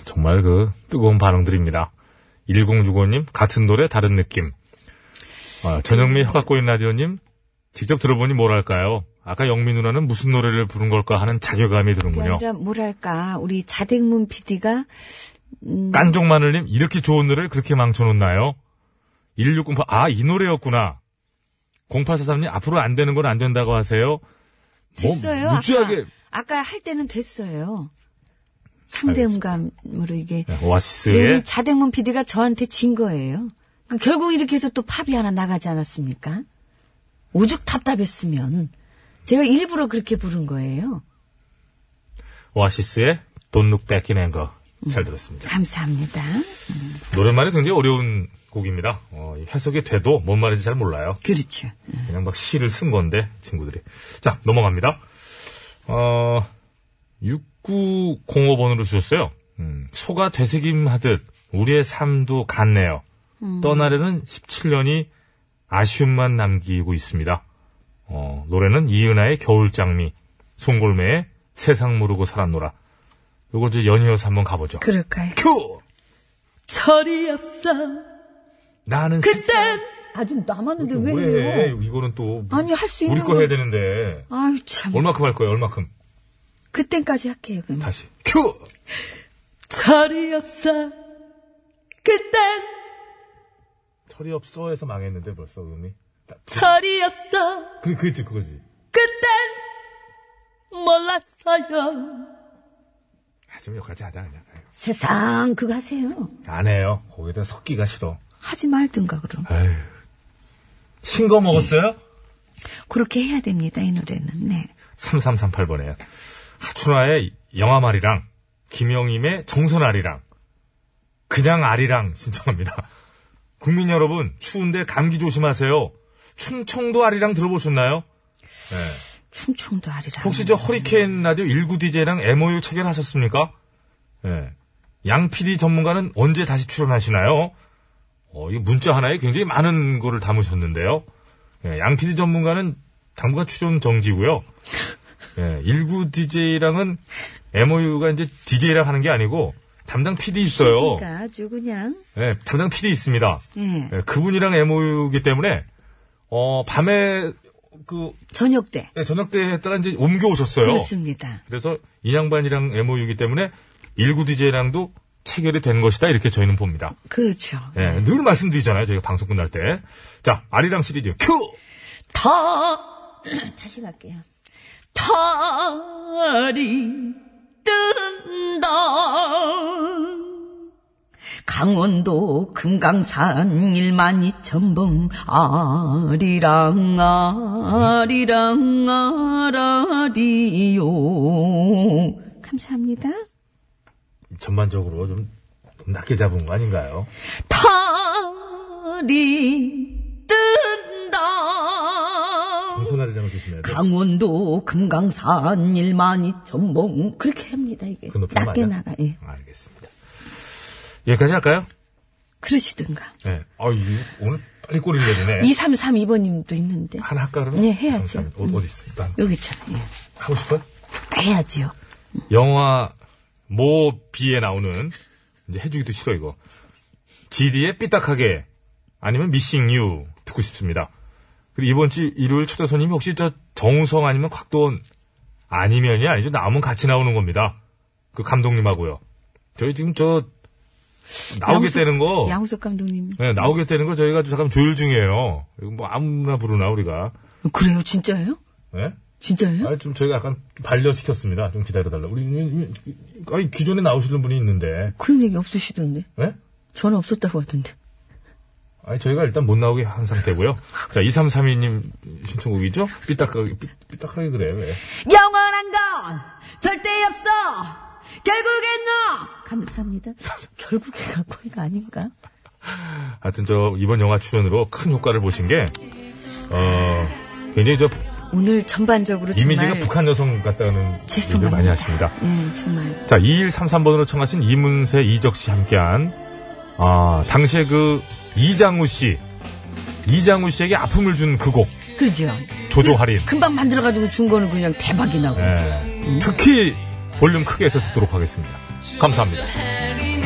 [SPEAKER 4] 정말 그 뜨거운 반응들입니다. 1065님 같은 노래 다른 느낌. 아, 전영미 혀갖고 있는 라디오님 직접 들어보니 뭐랄까요? 아까 영미 누나는 무슨 노래를 부른 걸까 하는 자괴감이
[SPEAKER 2] 그게
[SPEAKER 4] 드는군요.
[SPEAKER 2] 아니라 뭐랄까 우리 자댕문 PD가
[SPEAKER 4] 깐종마늘님 이렇게 좋은 노래를 그렇게 망쳐놓나요? 1608, 아, 이 노래였구나. 0843님 앞으로 안 되는 건 안 된다고 하세요. 뭐
[SPEAKER 2] 됐어요.
[SPEAKER 4] 무지하게
[SPEAKER 2] 아까 할 때는 됐어요. 상대음감으로 이게
[SPEAKER 4] 네.
[SPEAKER 2] 근데
[SPEAKER 4] 오아시스의
[SPEAKER 2] 우리 자댕문 PD가 저한테 진 거예요. 그 결국 이렇게 해서 또 팝이 하나 나가지 않았습니까? 오죽 답답했으면 제가 일부러 그렇게 부른 거예요.
[SPEAKER 4] 오아시스의 Don't Look Back in Anger 잘 들었습니다.
[SPEAKER 2] 감사합니다.
[SPEAKER 4] 노랫말이 굉장히 어려운 곡입니다. 어, 이 해석이 돼도 뭔 말인지 잘 몰라요.
[SPEAKER 2] 그렇죠.
[SPEAKER 4] 그냥 막 시를 쓴 건데 친구들이. 자 넘어갑니다. 어 6905번으로 주셨어요. 음, 소가 되새김하듯 우리의 삶도 같네요.
[SPEAKER 2] 음.
[SPEAKER 4] 떠나려는 17년이 아쉬움만 남기고 있습니다. 어, 노래는 이은하의 겨울장미, 송골매의 세상 모르고 살았노라. 요거 이제 연이어서 한번 가보죠.
[SPEAKER 2] 그럴까요?
[SPEAKER 4] 큐!
[SPEAKER 2] 철이 없어.
[SPEAKER 4] 나는
[SPEAKER 2] 그땐 아직 남았는데
[SPEAKER 4] 왜,
[SPEAKER 2] 왜요?
[SPEAKER 4] 이거는 또
[SPEAKER 2] 아니 할 수
[SPEAKER 4] 우리
[SPEAKER 2] 있는
[SPEAKER 4] 거 해야 되는데
[SPEAKER 2] 아유 참.
[SPEAKER 4] 얼마큼 할 거예요? 얼마큼?
[SPEAKER 2] 그땐까지 할게요. 그럼.
[SPEAKER 4] 다시.
[SPEAKER 5] 큐!
[SPEAKER 2] 철이 없어. 그땐
[SPEAKER 4] 철이 없어 해서 망했는데 벌써 음이 딱 그-
[SPEAKER 2] 철이 없어.
[SPEAKER 4] 그, 그지 그거지
[SPEAKER 2] 그땐 몰랐어요.
[SPEAKER 4] 아, 좀 여기까지 하자 그냥
[SPEAKER 2] 세상 그거 하세요.
[SPEAKER 4] 안 해요 거기다 섞기가 싫어
[SPEAKER 2] 하지 말든가 그럼.
[SPEAKER 4] 에휴 신거 먹었어요?
[SPEAKER 2] 그렇게 해야 됩니다 이 노래는. 네.
[SPEAKER 4] 3338번에 하춘화의 영화말이랑 김영임의 정선알이랑 그냥 알이랑 신청합니다 국민 여러분 추운데 감기 조심하세요 충청도 알이랑 들어보셨나요?
[SPEAKER 2] 충청도 아리랑.
[SPEAKER 4] 혹시 저 허리케인 라디오 19DJ랑 MOU 체결하셨습니까? 예. 양 PD 전문가는 언제 다시 출연하시나요? 어, 이 문자 하나에 굉장히 많은 거를 담으셨는데요. 예, 양 PD 전문가는 당분간 출연 정지고요. 예, 19DJ랑은 MOU가 이제 DJ랑 하는 게 아니고 담당 PD 있어요.
[SPEAKER 2] 그러니까 아주 그냥.
[SPEAKER 4] 예, 담당 PD 있습니다.
[SPEAKER 2] 예.
[SPEAKER 4] 예, 그분이랑 MOU이기 때문에 어, 밤에 그
[SPEAKER 2] 저녁 때.
[SPEAKER 4] 예, 저녁 때에 따라 이제 옮겨 오셨어요.
[SPEAKER 2] 그렇죠. 그렇습니다.
[SPEAKER 4] 그래서 인양반이랑 MOU이기 때문에 19DJ랑도 체결이 된 것이다 이렇게 저희는 봅니다.
[SPEAKER 2] 그렇죠.
[SPEAKER 4] 예, 늘 말씀드리잖아요. 저희가 방송 끝날 때. 자, 아리랑 시리즈 큐!
[SPEAKER 2] 더 다시 갈게요. 달이 뜬다. 강원도 금강산 1만 2천 봉 아리랑 아리랑 아라리요. 감사합니다.
[SPEAKER 4] 전반적으로 좀, 좀 낮게 잡은 거 아닌가요?
[SPEAKER 2] 달이 뜬다.
[SPEAKER 4] 무슨 아리랑을 조심해야 돼.
[SPEAKER 2] 강원도 금강산 1만 2천 봉 그렇게 합니다 이게
[SPEAKER 4] 그 높이
[SPEAKER 2] 낮게
[SPEAKER 4] 맞아?
[SPEAKER 2] 나가 예.
[SPEAKER 4] 알겠습니다. 여기까지 할까요?
[SPEAKER 2] 그러시든가
[SPEAKER 4] 예. 아, 이 오늘 빨리 꼬리를 내리네.
[SPEAKER 2] 2332번님도 있는데
[SPEAKER 4] 하나 할까 그러면?
[SPEAKER 2] 예, 해야죠.
[SPEAKER 4] 잠시만요. 어, 어디 있어? 일단
[SPEAKER 2] 여기 있잖아요 예.
[SPEAKER 4] 하고 싶어요?
[SPEAKER 2] 해야지요
[SPEAKER 4] 영화 모 비에 나오는 이제 해주기도 싫어 이거. GD의 삐딱하게 아니면 미싱 유 듣고 싶습니다. 그리고 이번 주 일요일 초대 손님이 혹시 저 정우성 아니면 곽도원 아니면이 아니죠. 나오면 같이 나오는 겁니다. 그 감독님하고요. 저희 지금 저 나오게
[SPEAKER 2] 양수-
[SPEAKER 4] 되는 거
[SPEAKER 2] 양우석 감독님
[SPEAKER 4] 네, 나오게 되는 거 저희가 지금 잠깐 조율 중이에요. 이거 뭐 아무나 부르나 우리가.
[SPEAKER 2] 그래요 진짜예요?
[SPEAKER 4] 네?
[SPEAKER 2] 진짜예요?
[SPEAKER 4] 아, 좀 저희가 약간 반려시켰습니다. 좀 기다려달라. 우리, 이- 이- 아니, 기존에 나오시는 분이 있는데.
[SPEAKER 2] 그런 얘기 없으시던데
[SPEAKER 4] 예?
[SPEAKER 2] 전화 없었다고 하던데
[SPEAKER 4] 아니, 저희가 일단 못 나오게 한 상태고요. 자, 2332님 신청곡이죠? 삐딱하게, 삐, 삐딱하게 그래, 왜.
[SPEAKER 2] 영원한 건 절대 없어 결국엔 너 감사합니다 결국에 갖고 이거 아닌가?
[SPEAKER 4] 하여튼 저, 이번 영화 출연으로 큰 효과를 보신 게, 어, 굉장히 저,
[SPEAKER 2] 오늘 전반적으로
[SPEAKER 4] 이미지가
[SPEAKER 2] 정말
[SPEAKER 4] 북한 여성 같다는 얘기를 많이
[SPEAKER 2] 죄송합니다.
[SPEAKER 4] 하십니다.
[SPEAKER 2] 예 정말
[SPEAKER 4] 자, 2133번으로 청하신 이문세, 이적 씨 함께한, 아, 당시에 그, 이장우 씨, 이장우 씨에게 아픔을 준 그 곡,
[SPEAKER 2] 그러죠
[SPEAKER 4] 조조 할인. 네.
[SPEAKER 2] 금방 만들어가지고 준 거는 그냥 대박이 나고 음.
[SPEAKER 4] 예. 특히 볼륨 크게 해서 듣도록 하겠습니다. 감사합니다.
[SPEAKER 3] 내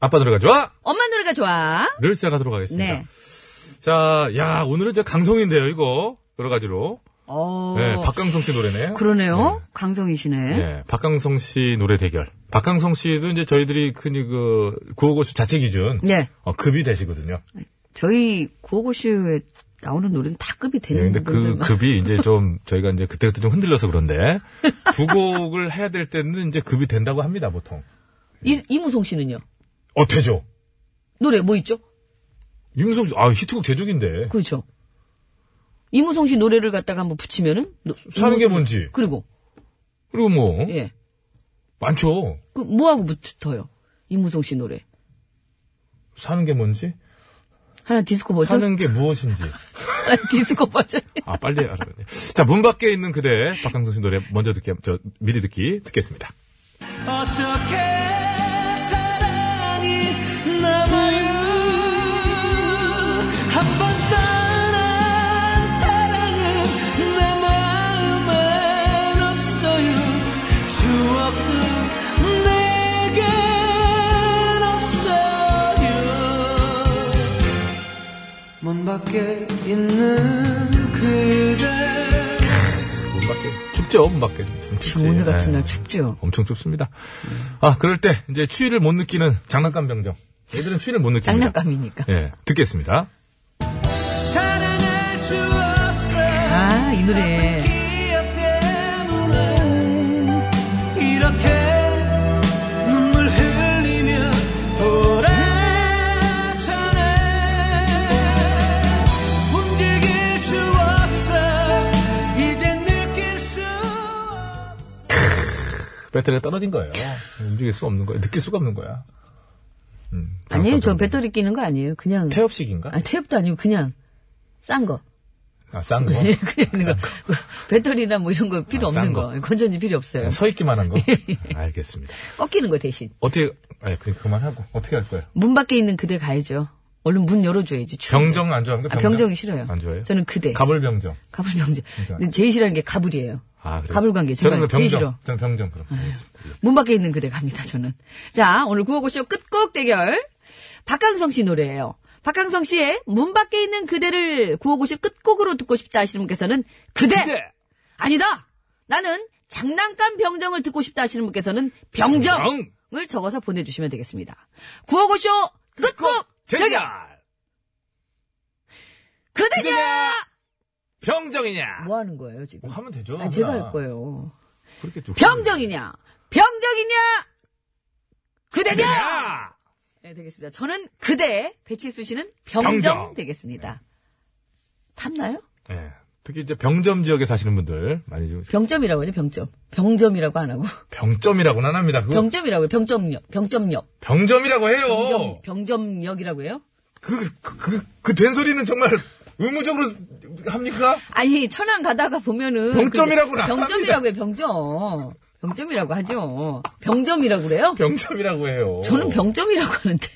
[SPEAKER 1] 아빠 노래가 좋아?
[SPEAKER 2] 엄마 노래가 좋아.
[SPEAKER 4] 를 시작하도록 하겠습니다.
[SPEAKER 2] 네.
[SPEAKER 4] 자, 야, 오늘은 제 강성인데요, 이거. 여러 가지로.
[SPEAKER 2] 어.
[SPEAKER 4] 네, 박강성 씨 노래네요.
[SPEAKER 2] 그러네요. 강성이시네.
[SPEAKER 4] 네, 박강성 씨 노래 대결. 박강성 씨도 이제 저희들이 흔히 그, 구호고수 자체 기준.
[SPEAKER 2] 네.
[SPEAKER 4] 어, 급이 되시거든요.
[SPEAKER 2] 저희 구호고쇼에 나오는 노래는 다 급이 되는
[SPEAKER 4] 네, 근데 그
[SPEAKER 2] 분들만.
[SPEAKER 4] 급이 이제 좀 저희가 이제 그때그때 좀 흔들려서 그런데 두 곡을 해야 될 때는 이제 급이 된다고 합니다, 보통.
[SPEAKER 2] 이, 이무송 씨는요?
[SPEAKER 4] 어, 되죠.
[SPEAKER 2] 노래 뭐 있죠?
[SPEAKER 4] 이문석 씨, 아, 히트곡 제조기인데.
[SPEAKER 2] 그렇죠. 이무송 씨 노래를 갖다가 한번 붙이면은 노-
[SPEAKER 4] 사는 게
[SPEAKER 2] 이무송-
[SPEAKER 4] 뭔지.
[SPEAKER 2] 그리고
[SPEAKER 4] 그리고 뭐,
[SPEAKER 2] 예.
[SPEAKER 4] 많죠.
[SPEAKER 2] 그 뭐하고 붙어요? 이무송 씨 노래.
[SPEAKER 4] 사는 게 뭔지,
[SPEAKER 2] 하나 디스코 버전.
[SPEAKER 4] 사는 게 무엇인지.
[SPEAKER 2] 하나 디스코 버전.
[SPEAKER 4] 아, 빨리 알아야 돼. 자, 문 밖에 있는 그대, 박강성 씨 노래 먼저 듣게, 저, 미리 듣기 듣겠습니다.
[SPEAKER 7] 어떻게 사랑이 남아요 한 번 떠난 사랑은 내 마음엔 없어요 추억도 내겐 없어요 문 밖에 있는 그대
[SPEAKER 4] 문 밖에. 춥죠? 문 밖에. 좀 춥지.
[SPEAKER 2] 지금 오늘 같은
[SPEAKER 4] 예.
[SPEAKER 2] 날 춥죠.
[SPEAKER 4] 엄청 춥습니다. 아, 그럴 때, 이제 추위를 못 느끼는 장난감 병정. 얘들은 추위를 못 느낍니다.
[SPEAKER 2] 장난감이니까.
[SPEAKER 4] 예, 듣겠습니다.
[SPEAKER 7] 사랑할 수 없어
[SPEAKER 2] 아 이 노래.
[SPEAKER 7] 기억 때문에 이렇게 눈물 흘리며 돌아서네 움직일 수 없어 이제 느낄 수 없어
[SPEAKER 4] 그 배터리가 떨어진 거예요. 움직일 수 없는 거예요. 느낄 수가 없는 거야. 음,
[SPEAKER 2] 아니에요. 저
[SPEAKER 4] 장난감
[SPEAKER 2] 배터리 끼는 거 아니에요. 그냥.
[SPEAKER 4] 태엽식인가?
[SPEAKER 2] 아니, 태엽도 아니고 그냥 싼 거.
[SPEAKER 4] 아, 싼 거.
[SPEAKER 2] 예, 그냥 있는 거. 배터리나 뭐 이런 거 필요
[SPEAKER 4] 아, 싼
[SPEAKER 2] 없는
[SPEAKER 4] 거.
[SPEAKER 2] 거. 건전지 필요 없어요.
[SPEAKER 4] 네, 서 있기만 한 거.
[SPEAKER 2] 예,
[SPEAKER 4] 알겠습니다.
[SPEAKER 2] 꺾이는 거 대신.
[SPEAKER 4] 어떻게, 아니, 그, 그만하고. 어떻게 할 거예요?
[SPEAKER 2] 문 밖에 있는 그대 가야죠. 얼른 문 열어줘야지. 추운데.
[SPEAKER 4] 병정 안 좋아합니까?
[SPEAKER 2] 아, 병정이 싫어요.
[SPEAKER 4] 안 좋아해요?
[SPEAKER 2] 저는 네. 그대.
[SPEAKER 4] 가불 병정.
[SPEAKER 2] 가불 병정. 근데 제일 싫어하는 게 가불이에요.
[SPEAKER 4] 아, 그래요?
[SPEAKER 2] 가불 관계 정말 아,
[SPEAKER 4] 저는
[SPEAKER 2] 네.
[SPEAKER 4] 그
[SPEAKER 2] 제일
[SPEAKER 4] 병정.
[SPEAKER 2] 싫어.
[SPEAKER 4] 저는 병정, 그럼. 알겠습니다.
[SPEAKER 2] 문 밖에 있는 그대 갑니다, 저는. 자, 오늘 구호고쇼 끝곡 대결. 박강성 씨 노래예요. 박강성 씨의 문 밖에 있는 그대를 구호고쇼 끝곡으로 듣고 싶다 하시는 분께서는 그대! 아니다! 나는 장난감 병정을 듣고 싶다 하시는 분께서는 병정을 적어서 보내주시면 되겠습니다. 구호고쇼 끝곡 대결! 그대냐!
[SPEAKER 1] 병정이냐?
[SPEAKER 2] 뭐 하는 거예요, 지금?
[SPEAKER 4] 뭐 하면 되죠.
[SPEAKER 2] 아, 제가
[SPEAKER 4] 하나.
[SPEAKER 2] 할 거예요.
[SPEAKER 4] 그렇게 좀-
[SPEAKER 2] 병정이냐? 병정이냐? 그대냐!
[SPEAKER 1] 야!
[SPEAKER 2] 네, 되겠습니다. 저는 그대, 배칠수 씨는 병정,
[SPEAKER 1] 병정.
[SPEAKER 2] 되겠습니다. 탐나요?
[SPEAKER 4] 예. 특히 이제 병점 지역에 사시는 분들 많이 좀
[SPEAKER 2] 병점이라고 하죠, 병점. 병점이라고 안 하고.
[SPEAKER 4] 병점이라고는 안 합니다. 그거
[SPEAKER 2] 병점이라고 해요, 병점역. 병점역.
[SPEAKER 4] 병점이라고 해요.
[SPEAKER 2] 병점, 병점역이라고 해요?
[SPEAKER 4] 그, 그, 그, 그 된소리는 정말 의무적으로 합니까?
[SPEAKER 2] 아니, 천안 가다가 보면은.
[SPEAKER 4] 병점이라고는 안
[SPEAKER 2] 근데 병점이라고 해요, 병점. 병점이라고 하죠. 병점이라고 그래요?
[SPEAKER 4] 병점이라고 해요.
[SPEAKER 2] 저는 병점이라고 하는데.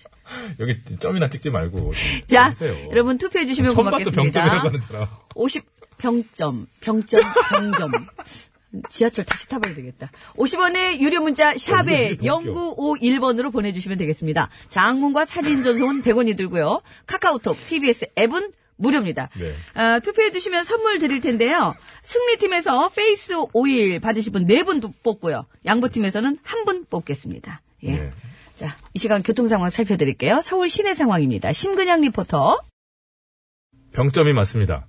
[SPEAKER 4] 여기 점이나 찍지 말고. 좀
[SPEAKER 2] 자,
[SPEAKER 4] 하세요.
[SPEAKER 2] 여러분 투표해주시면
[SPEAKER 4] 처음 봤어, 병점이라고
[SPEAKER 2] 고맙겠습니다.
[SPEAKER 4] 하는 사람.
[SPEAKER 2] 50 병점, 병점, 병점. 지하철 다시 타봐야 되겠다. 50원의 유료 문자
[SPEAKER 4] 어,
[SPEAKER 2] 샵에
[SPEAKER 4] 이게 더 웃겨.
[SPEAKER 2] 0951번으로 보내주시면 되겠습니다. 장문과 사진 전송은 100원이 들고요. 카카오톡, TBS 앱은 무료입니다.
[SPEAKER 4] 네.
[SPEAKER 2] 아, 투표해주시면 선물 드릴 텐데요. 승리팀에서 페이스 오일 받으실 분 4분 뽑고요. 양보팀에서는 한 분 뽑겠습니다. 예.
[SPEAKER 4] 네.
[SPEAKER 2] 자, 이 시간 교통 상황 살펴드릴게요. 서울 시내 상황입니다. 심근양 리포터.
[SPEAKER 4] 병점이 맞습니다.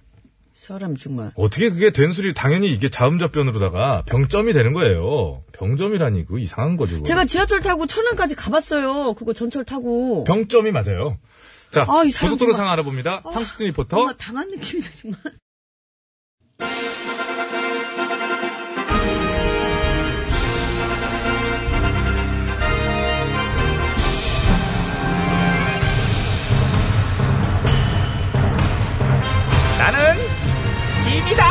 [SPEAKER 2] 사람 정말.
[SPEAKER 4] 어떻게 그게 된소리, 당연히 이게 자음접변으로다가 병점이 되는 거예요. 병점이라니, 그 이상한 거죠. 그거.
[SPEAKER 2] 제가 지하철 타고 천안까지 가봤어요. 그거 전철 타고.
[SPEAKER 4] 병점이 맞아요. 자,
[SPEAKER 2] 아, 이 사람
[SPEAKER 4] 고속도로
[SPEAKER 2] 정말-
[SPEAKER 4] 상황 알아봅니다.
[SPEAKER 2] 아,
[SPEAKER 4] 황수진
[SPEAKER 2] 뭔가
[SPEAKER 4] 리포터.
[SPEAKER 2] 당한 느낌이다 정말.
[SPEAKER 1] 나는 짐이다!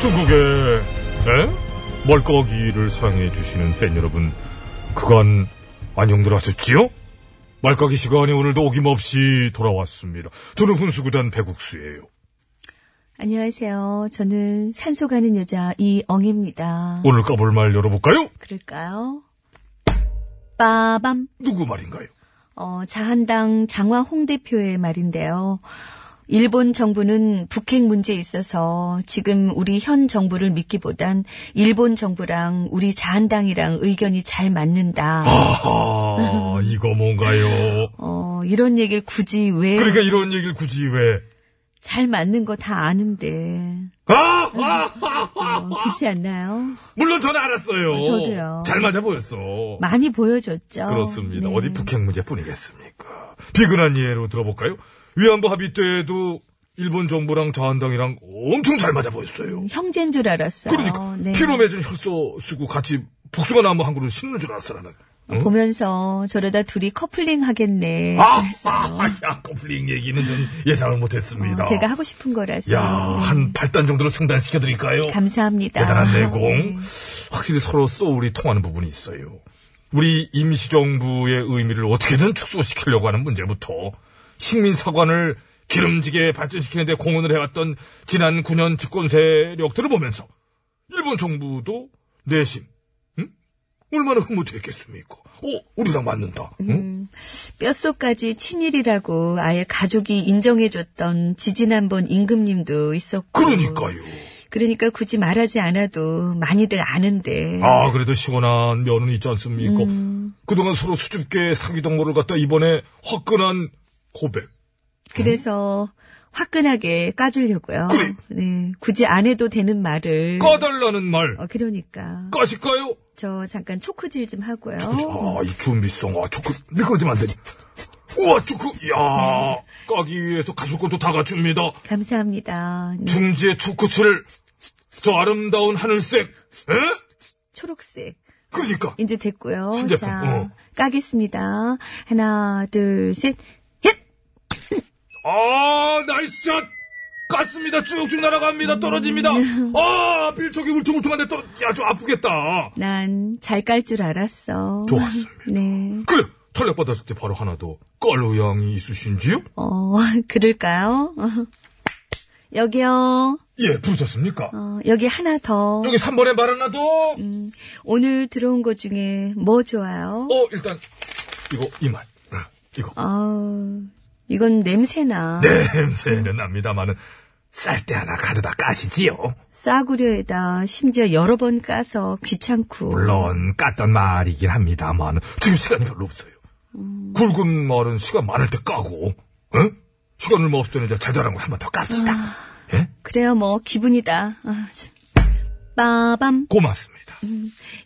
[SPEAKER 4] 중국의 에? 멀거기를 사랑해 주시는 팬 여러분, 그간 안녕들 하셨지요? 말까기 시간이 오늘도 어김없이 돌아왔습니다. 저는 훈수구단 배국수예요.
[SPEAKER 2] 안녕하세요. 저는 산소 가는 여자 이엉입니다.
[SPEAKER 4] 오늘 까볼 말 열어볼까요?
[SPEAKER 2] 그럴까요? 빠밤.
[SPEAKER 4] 누구 말인가요?
[SPEAKER 2] 어, 자한당 장화 홍 대표의 말인데요. 일본 정부는 북핵 문제에 있어서 지금 우리 현 정부를 믿기보단 일본 정부랑 우리 자한당이랑 의견이 잘 맞는다.
[SPEAKER 4] 아하, 이거 뭔가요?
[SPEAKER 2] 어, 이런 얘기를 굳이 왜 잘
[SPEAKER 4] 그러니까 이런 얘기를 굳이 왜?
[SPEAKER 2] 맞는 거 다 아는데.
[SPEAKER 4] 아! 아! 아!
[SPEAKER 2] 어, 그렇지 않나요?
[SPEAKER 4] 물론 저는 알았어요.
[SPEAKER 2] 어, 저도요.
[SPEAKER 4] 잘 맞아 보였어.
[SPEAKER 2] 많이 보여줬죠.
[SPEAKER 4] 그렇습니다.
[SPEAKER 2] 네.
[SPEAKER 4] 어디 북핵 문제뿐이겠습니까? 비근한 예로 들어볼까요? 위안부 합의 때에도 일본 정부랑 자한당이랑 엄청 잘 맞아 보였어요.
[SPEAKER 2] 형제인 줄 알았어요.
[SPEAKER 4] 그러니까
[SPEAKER 2] 네.
[SPEAKER 4] 피로 맺은 혈소 쓰고 같이 복숭아 나무 한 그릇 심는 줄 알았어 나는. 응?
[SPEAKER 2] 보면서 저러다 둘이 커플링 하겠네.
[SPEAKER 4] 아,
[SPEAKER 2] 그랬어요.
[SPEAKER 4] 아, 야, 커플링 얘기는 좀 예상을 못했습니다.
[SPEAKER 2] 어, 제가 하고 싶은 거라서.
[SPEAKER 4] 야, 한 8단 정도로 승단시켜드릴까요?
[SPEAKER 2] 감사합니다.
[SPEAKER 4] 어, 대단한 내공.
[SPEAKER 2] 네.
[SPEAKER 4] 확실히 서로 소울이 통하는 부분이 있어요. 우리 임시정부의 의미를 어떻게든 축소시키려고 하는 문제부터 식민사관을 기름지게 발전시키는데 공헌을 해왔던 지난 9년 집권 세력들을 보면서 일본 정부도 내심 응? 얼마나 흐뭇했겠습니까? 어, 우리랑 맞는다. 응?
[SPEAKER 2] 뼛속까지 친일이라고 아예 가족이 인정해줬던 지진 한 번 임금님도 있었고.
[SPEAKER 4] 그러니까요.
[SPEAKER 2] 그러니까 굳이 말하지 않아도 많이들 아는데.
[SPEAKER 4] 아, 그래도 시원한 면은 있지 않습니까? 그동안 서로 수줍게 사귀던 거를 갖다 이번에 화끈한 고백.
[SPEAKER 2] 그래서 화끈하게 까주려고요.
[SPEAKER 4] 그래.
[SPEAKER 2] 네, 굳이 안 해도 되는 말을.
[SPEAKER 4] 까달라는 말.
[SPEAKER 2] 음. 어, 그러니까.
[SPEAKER 4] 까실까요?
[SPEAKER 2] 저 잠깐 초크질 좀 하고요. 어.
[SPEAKER 4] 아, 이 준비성. 아, 초크. 미끄러지면 안 되지. 우와, 초크. 야 까기 위해서 가실 것도 다 갖춥니다.
[SPEAKER 2] 감사합니다. 네,
[SPEAKER 4] 중지의 초크치를. 저 아름다운 하늘색. 에?
[SPEAKER 2] 초록색.
[SPEAKER 4] 그러니까.
[SPEAKER 2] 이제 됐고요.
[SPEAKER 4] 신제품,
[SPEAKER 2] 자,
[SPEAKER 4] 어.
[SPEAKER 2] 까겠습니다. 하나, 둘, 셋. 헷!
[SPEAKER 4] 아, 나이스 샷! 깠습니다. 쭉쭉 날아갑니다. 떨어집니다. 아, 필촉이 울퉁울퉁한데 떨어, 야, 좀 아프겠다.
[SPEAKER 2] 난 잘 깔 줄 알았어.
[SPEAKER 4] 좋았습니다.
[SPEAKER 2] 네.
[SPEAKER 4] 그래, 탄력 받았을 때 바로 하나 더. 깔 의향이 있으신지요?
[SPEAKER 2] 어, 그럴까요? 여기요.
[SPEAKER 4] 예, 부르셨습니까?
[SPEAKER 2] 어, 여기 하나 더.
[SPEAKER 4] 여기 3번에 말 하나 더.
[SPEAKER 2] 오늘 들어온 것 중에 뭐 좋아요?
[SPEAKER 4] 어, 일단, 이거, 이 말. 응, 이거.
[SPEAKER 2] 아우, 이건 냄새나.
[SPEAKER 4] 네. 냄새는 납니다만은, 쌀 때 하나 가져다 까시지요.
[SPEAKER 2] 싸구려에다 심지어 여러 번 까서 귀찮고.
[SPEAKER 4] 물론, 깠던 말이긴 합니다만, 지금 시간이 별로 없어요. 굵은 말은 시간 많을 때 까고, 응? 시간을 뭐 없애는 이제 자잘한 걸 한 번 더 깝시다. 예?
[SPEAKER 2] 그래요, 뭐, 기분이다. 아, 참. 빠밤.
[SPEAKER 4] 고맙습니다.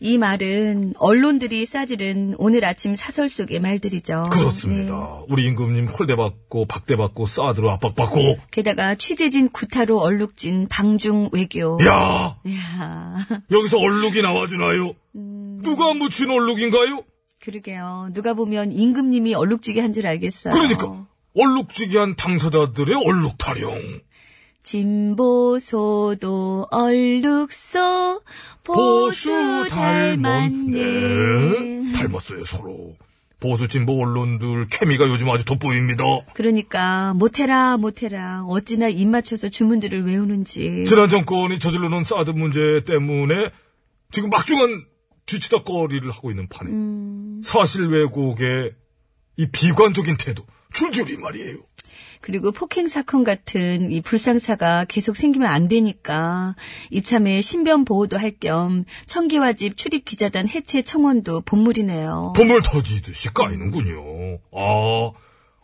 [SPEAKER 2] 이 말은 언론들이 싸지른 오늘 아침 사설 속의 말들이죠.
[SPEAKER 4] 그렇습니다.
[SPEAKER 2] 네.
[SPEAKER 4] 우리 임금님 홀대받고, 박대받고, 싸드로 압박받고,
[SPEAKER 2] 게다가 취재진 구타로 얼룩진 방중 외교.
[SPEAKER 4] 야
[SPEAKER 2] 이야,
[SPEAKER 4] 여기서 얼룩이 나와주나요? 누가 묻힌 얼룩인가요?
[SPEAKER 2] 그러게요. 누가 보면 임금님이 얼룩지게 한 줄 알겠어요.
[SPEAKER 4] 그러니까 얼룩지기한 당사자들의 얼룩 타령.
[SPEAKER 2] 진보소도 얼룩소 보수
[SPEAKER 4] 예?
[SPEAKER 2] 닮았네.
[SPEAKER 4] 닮았어요 서로. 보수 진보 언론들 케미가 요즘 아주 돋보입니다.
[SPEAKER 2] 그러니까 못해라 못해라 어찌나 입 맞춰서 주문들을 외우는지.
[SPEAKER 4] 지난 정권이 저질러 놓은 사드 문제 때문에 지금 막중한 뒤치다거리를 하고 있는 판에
[SPEAKER 2] 음.
[SPEAKER 4] 사실 왜곡에 이 비관적인 태도 줄줄이 말이에요.
[SPEAKER 2] 그리고 폭행 사건 같은 이 불상사가 계속 생기면 안 되니까 이참에 신변 보호도 할 겸 청기화집 출입 기자단 해체 청원도 본물이네요.
[SPEAKER 4] 보물 터지듯이 까이는군요. 아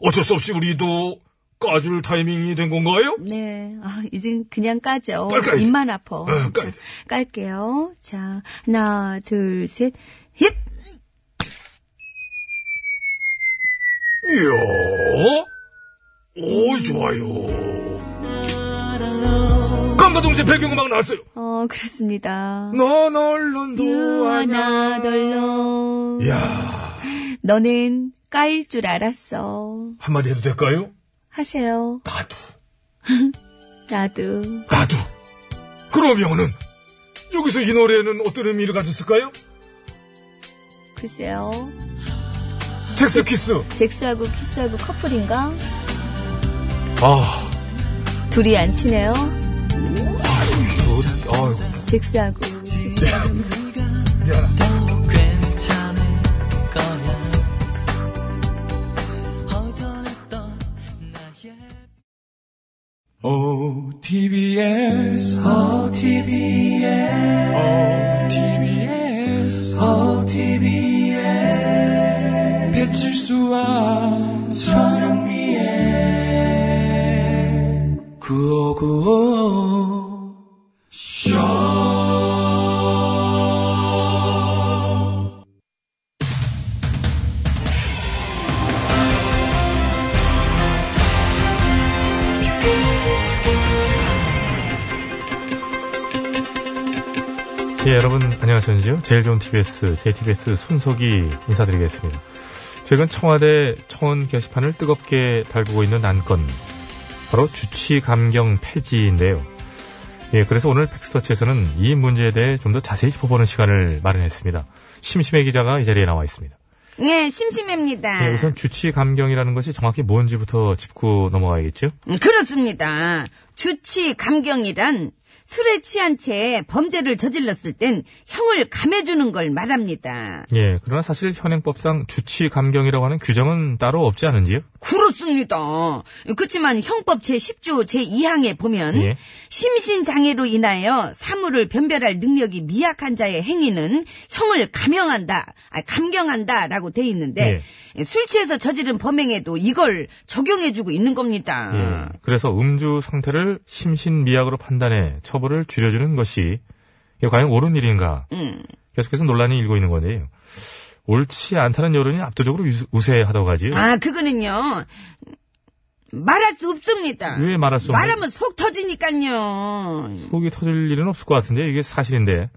[SPEAKER 4] 어쩔 수 없이 우리도 까줄 타이밍이 된 건가요?
[SPEAKER 2] 네, 아, 이젠 그냥 까죠.
[SPEAKER 4] 빨리 까야 돼.
[SPEAKER 2] 입만 아파.
[SPEAKER 4] 어, 까야 돼.
[SPEAKER 2] 깔게요. 자, 하나, 둘, 셋, 힙!
[SPEAKER 4] 이야, 오 좋아요. 깜가 동시에 배경음악 나왔어요.
[SPEAKER 2] 어, 그렇습니다.
[SPEAKER 4] 넌 언론도
[SPEAKER 2] 유아나 덜렁.
[SPEAKER 4] 예. 이야,
[SPEAKER 2] 너는 까일 줄 알았어.
[SPEAKER 4] 한마디 해도 될까요?
[SPEAKER 2] 하세요.
[SPEAKER 4] 나도,
[SPEAKER 2] 나도.
[SPEAKER 4] 나도. 그러면은 여기서 이 노래는 어떤 의미를 가졌을까요?
[SPEAKER 2] 글쎄요.
[SPEAKER 4] 섹스 키스.
[SPEAKER 2] 잭스하고 키스하고 커플인가?
[SPEAKER 4] 아,
[SPEAKER 2] 둘이 안 친해요?
[SPEAKER 4] 아유.
[SPEAKER 2] 잭스하고 키스하고.
[SPEAKER 7] 괜찮을 거야 허전했던 나의 OTBS OTBS OTBS OTBS 배칠수와 전영미의 9595
[SPEAKER 4] 예, 여러분 안녕하십니까? 제일 좋은 TBS, JTBS 손석희 인사드리겠습니다. 최근 청와대 청원 게시판을 뜨겁게 달구고 있는 안건, 바로 주치 감경 폐지인데요. 예, 그래서 오늘 팩스터치에서는 이 문제에 대해 좀 더 자세히 짚어보는 시간을 마련했습니다. 심심해 기자가 이 자리에 나와 있습니다.
[SPEAKER 8] 네, 심심합니다.
[SPEAKER 4] 예, 우선 주치 감경이라는 것이 정확히 뭔지부터 짚고 넘어가야겠죠?
[SPEAKER 8] 음, 그렇습니다. 주치 감경이란 술에 취한 채 범죄를 저질렀을 땐 형을 감해주는 걸 말합니다.
[SPEAKER 4] 예, 그러나 사실 현행법상 주치 감경이라고 하는 규정은 따로 없지 않은지요?
[SPEAKER 8] 그렇습니다. 그렇지만 형법 제10조 제2항에
[SPEAKER 2] 음?
[SPEAKER 8] 보면
[SPEAKER 4] 예.
[SPEAKER 8] 심신장애로 인하여 사물을 변별할 능력이 미약한 자의 행위는 형을 감형한다, 아, 감경한다라고 돼
[SPEAKER 4] 예.
[SPEAKER 8] 있는데 예, 술 취해서 저지른 범행에도 이걸 적용해주고 있는 겁니다.
[SPEAKER 4] 예, 그래서 음주 상태를 심신미약으로 판단해 처벌을 줄여주는 것이 이게 과연 옳은 일인가
[SPEAKER 8] 음.
[SPEAKER 4] 계속해서 논란이 일고 있는 건데요. 옳지 않다는 여론이 압도적으로 유- 우세하다고 하지요.
[SPEAKER 8] 아, 그거는요. 말할 수 없습니다.
[SPEAKER 4] 왜 말할 수 없는-
[SPEAKER 8] 말하면 속 터지니까요.
[SPEAKER 4] 속이 터질 일은 없을 것 같은데 이게 사실인데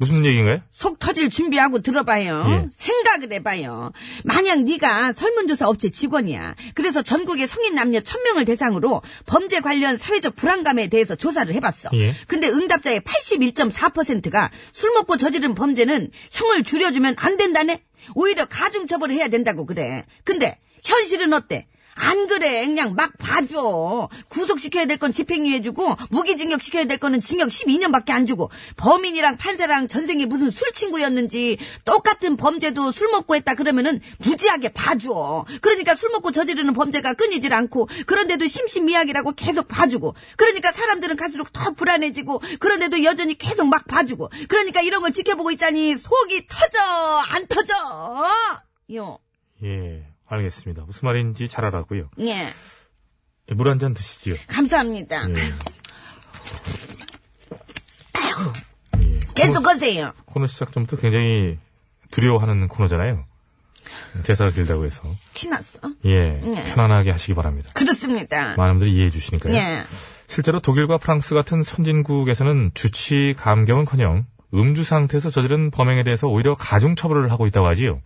[SPEAKER 4] 무슨 얘기인가요?
[SPEAKER 8] 속 터질 준비하고 들어봐요.
[SPEAKER 4] 예.
[SPEAKER 8] 생각을 해봐요. 만약 네가 설문조사 업체 직원이야. 그래서 전국의 성인 남녀 1000명을 대상으로 범죄 관련 사회적 불안감에 대해서 조사를 해봤어.
[SPEAKER 4] 예.
[SPEAKER 8] 근데 응답자의 81.4%가 술 먹고 저지른 범죄는 형을 줄여주면 안 된다네? 오히려 가중처벌을 해야 된다고 그래. 근데 현실은 어때? 안 그래. 그냥 막 봐줘. 구속시켜야 될 건 집행유예주고, 무기징역 시켜야 될 거는 징역 12년밖에 안 주고, 범인이랑 판사랑 전생에 무슨 술친구였는지, 똑같은 범죄도 술 먹고 했다 그러면은 무지하게 봐줘. 그러니까 술 먹고 저지르는 범죄가 끊이질 않고, 그런데도 심심미약이라고 계속 봐주고, 그러니까 사람들은 갈수록 더 불안해지고, 그런데도 여전히 계속 막 봐주고, 그러니까 이런 걸 지켜보고 있자니 속이 터져! 안 터져! 어? 요,
[SPEAKER 4] 예, 알겠습니다. 무슨 말인지 잘 알았고요.
[SPEAKER 8] 예.
[SPEAKER 4] 물 한 잔 드시지요.
[SPEAKER 8] 감사합니다.
[SPEAKER 4] 예.
[SPEAKER 8] 계속하세요.
[SPEAKER 4] 코너 시작 전부터 굉장히 두려워하는 코너잖아요. 대사가 길다고 해서
[SPEAKER 8] 티났어?
[SPEAKER 4] 예,
[SPEAKER 8] 예.
[SPEAKER 4] 편안하게 하시기 바랍니다.
[SPEAKER 8] 그렇습니다.
[SPEAKER 4] 많은 분들이 이해해 주시니까요.
[SPEAKER 8] 예.
[SPEAKER 4] 실제로 독일과 프랑스 같은 선진국에서는 주치 감경은커녕 음주 상태에서 저지른 범행에 대해서 오히려 가중 처벌을 하고 있다고 하지요.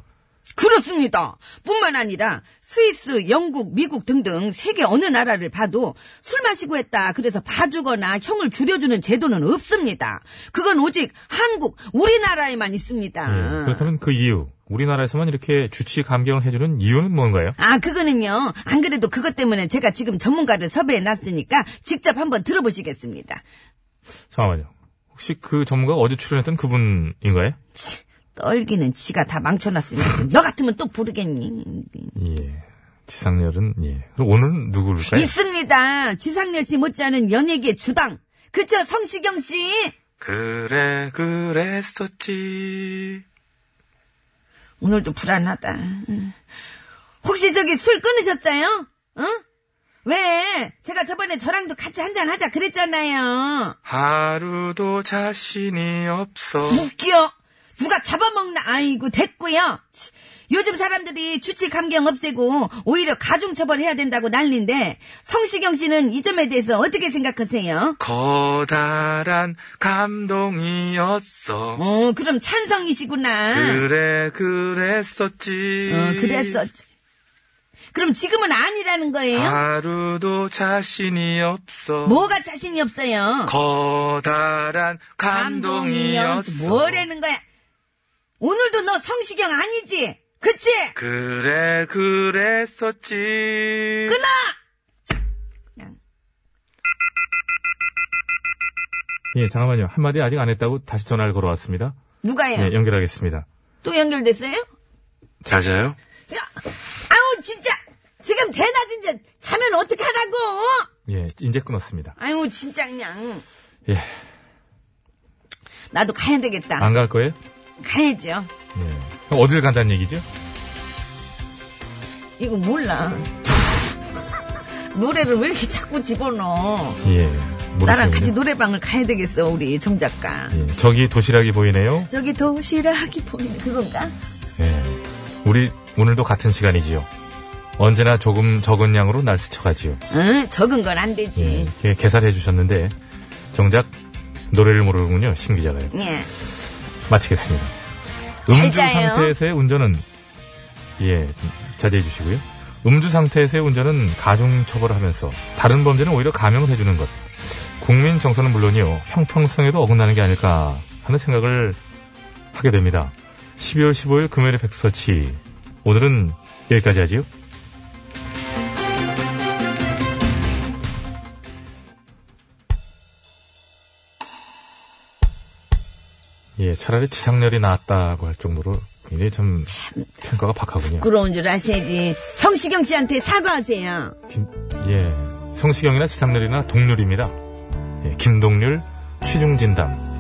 [SPEAKER 8] 그렇습니다. 뿐만 아니라 스위스, 영국, 미국 등등 세계 어느 나라를 봐도 술 마시고 했다 그래서 봐주거나 형을 줄여주는 제도는 없습니다. 그건 오직 한국, 우리나라에만 있습니다.
[SPEAKER 2] 음.
[SPEAKER 4] 예, 그렇다면 그 이유, 우리나라에서만 이렇게 주치 감경을 해주는 이유는 뭔가요?
[SPEAKER 8] 아, 그거는요. 안 그래도 그것 때문에 제가 지금 전문가를 섭외해 놨으니까 직접 한번 들어보시겠습니다.
[SPEAKER 4] 잠깐만요. 혹시 그 전문가가 어제 출연했던 그분인가요?
[SPEAKER 8] 떨기는 지가 다 망쳐놨으면서 너 같으면 또 부르겠니?
[SPEAKER 4] 예. 지상렬은 예. 그럼 오늘은 누구일까요?
[SPEAKER 2] 예.
[SPEAKER 8] 있습니다. 지상렬 씨 못지않은 연예계 주당. 그쵸, 성시경 씨?
[SPEAKER 7] 네, 그래 그랬었지
[SPEAKER 8] 오늘도 불안하다. 혹시 저기 술 끊으셨어요? 응? 왜? 제가 저번에 저랑도 같이 한잔 하자 그랬잖아요.
[SPEAKER 7] 하루도 자신이 없어
[SPEAKER 8] 웃겨. 누가 잡아먹나? 아이고, 됐고요. 치, 요즘 사람들이 주치 감경 없애고 오히려 가중처벌해야 된다고 난리인데 성시경 씨는 이 점에 대해서 어떻게 생각하세요?
[SPEAKER 7] 커다란 감동이었어
[SPEAKER 8] 어,
[SPEAKER 2] 네.
[SPEAKER 8] 그럼 찬성이시구나.
[SPEAKER 2] 어,
[SPEAKER 7] 그래 그랬었지
[SPEAKER 8] 어, 그랬었지. 그럼 지금은 아니라는 거예요?
[SPEAKER 7] 하루도 자신이 없어
[SPEAKER 8] 뭐가 자신이 없어요?
[SPEAKER 7] 커다란 감동이었어
[SPEAKER 8] 뭐라는 거야? 오늘도 너 성시경 아니지?
[SPEAKER 2] 그치?
[SPEAKER 7] 그래 그랬었지
[SPEAKER 4] 예, 잠깐만요. 한마디 아직 안 했다고 다시 전화를 걸어왔습니다.
[SPEAKER 2] 누가요?
[SPEAKER 4] 예, 연결하겠습니다.
[SPEAKER 2] 또 연결됐어요?
[SPEAKER 7] 잘 자요?
[SPEAKER 2] 야, 아우 진짜 지금 대낮인데 자면 어떡하라고
[SPEAKER 4] 예, 이제 끊었습니다.
[SPEAKER 2] 아유 진짜 그냥
[SPEAKER 4] 예.
[SPEAKER 2] 나도 가야 되겠다
[SPEAKER 4] 안 갈 거예요?
[SPEAKER 2] 가야죠
[SPEAKER 4] 예. 그럼 어딜 간다는 얘기죠?
[SPEAKER 2] 이거 몰라 노래를 왜 이렇게 자꾸 집어넣어
[SPEAKER 4] 예.
[SPEAKER 2] 나랑
[SPEAKER 4] 모르시는군요.
[SPEAKER 2] 같이 노래방을 가야 되겠어 우리 정 작가
[SPEAKER 4] 예, 저기 도시락이 보이네요.
[SPEAKER 2] 저기 도시락이 보이는 그건가?
[SPEAKER 4] 예. 우리 오늘도 같은 시간이지요. 언제나 조금 적은 양으로 날 스쳐가지요.
[SPEAKER 2] 응 적은 건 안 되지
[SPEAKER 4] 예, 계산해 주셨는데 정작 노래를 모르군요. 신 기자가요.
[SPEAKER 2] 예.
[SPEAKER 4] 마치겠습니다.
[SPEAKER 2] 잘
[SPEAKER 4] 음주
[SPEAKER 2] 자요.
[SPEAKER 4] 상태에서의 운전은 예 자제해 주시고요. 음주 상태에서의 운전은 가중 처벌하면서 다른 범죄는 오히려 감형을 해주는 것. 국민 정서는 물론이요 형평성에도 어긋나는 게 아닐까 하는 생각을 하게 됩니다. 12월 15일 금요일의 백서치 오늘은 여기까지 하지요. 예, 차라리 지상렬이 나왔다고 할 정도로 굉장히 참 평가가 박하군요.
[SPEAKER 2] 부끄러운 줄 아셔야지 성시경 씨한테 사과하세요
[SPEAKER 4] 김, 예, 성시경이나 지상렬이나 동률입니다. 예, 김동률, 취중진담.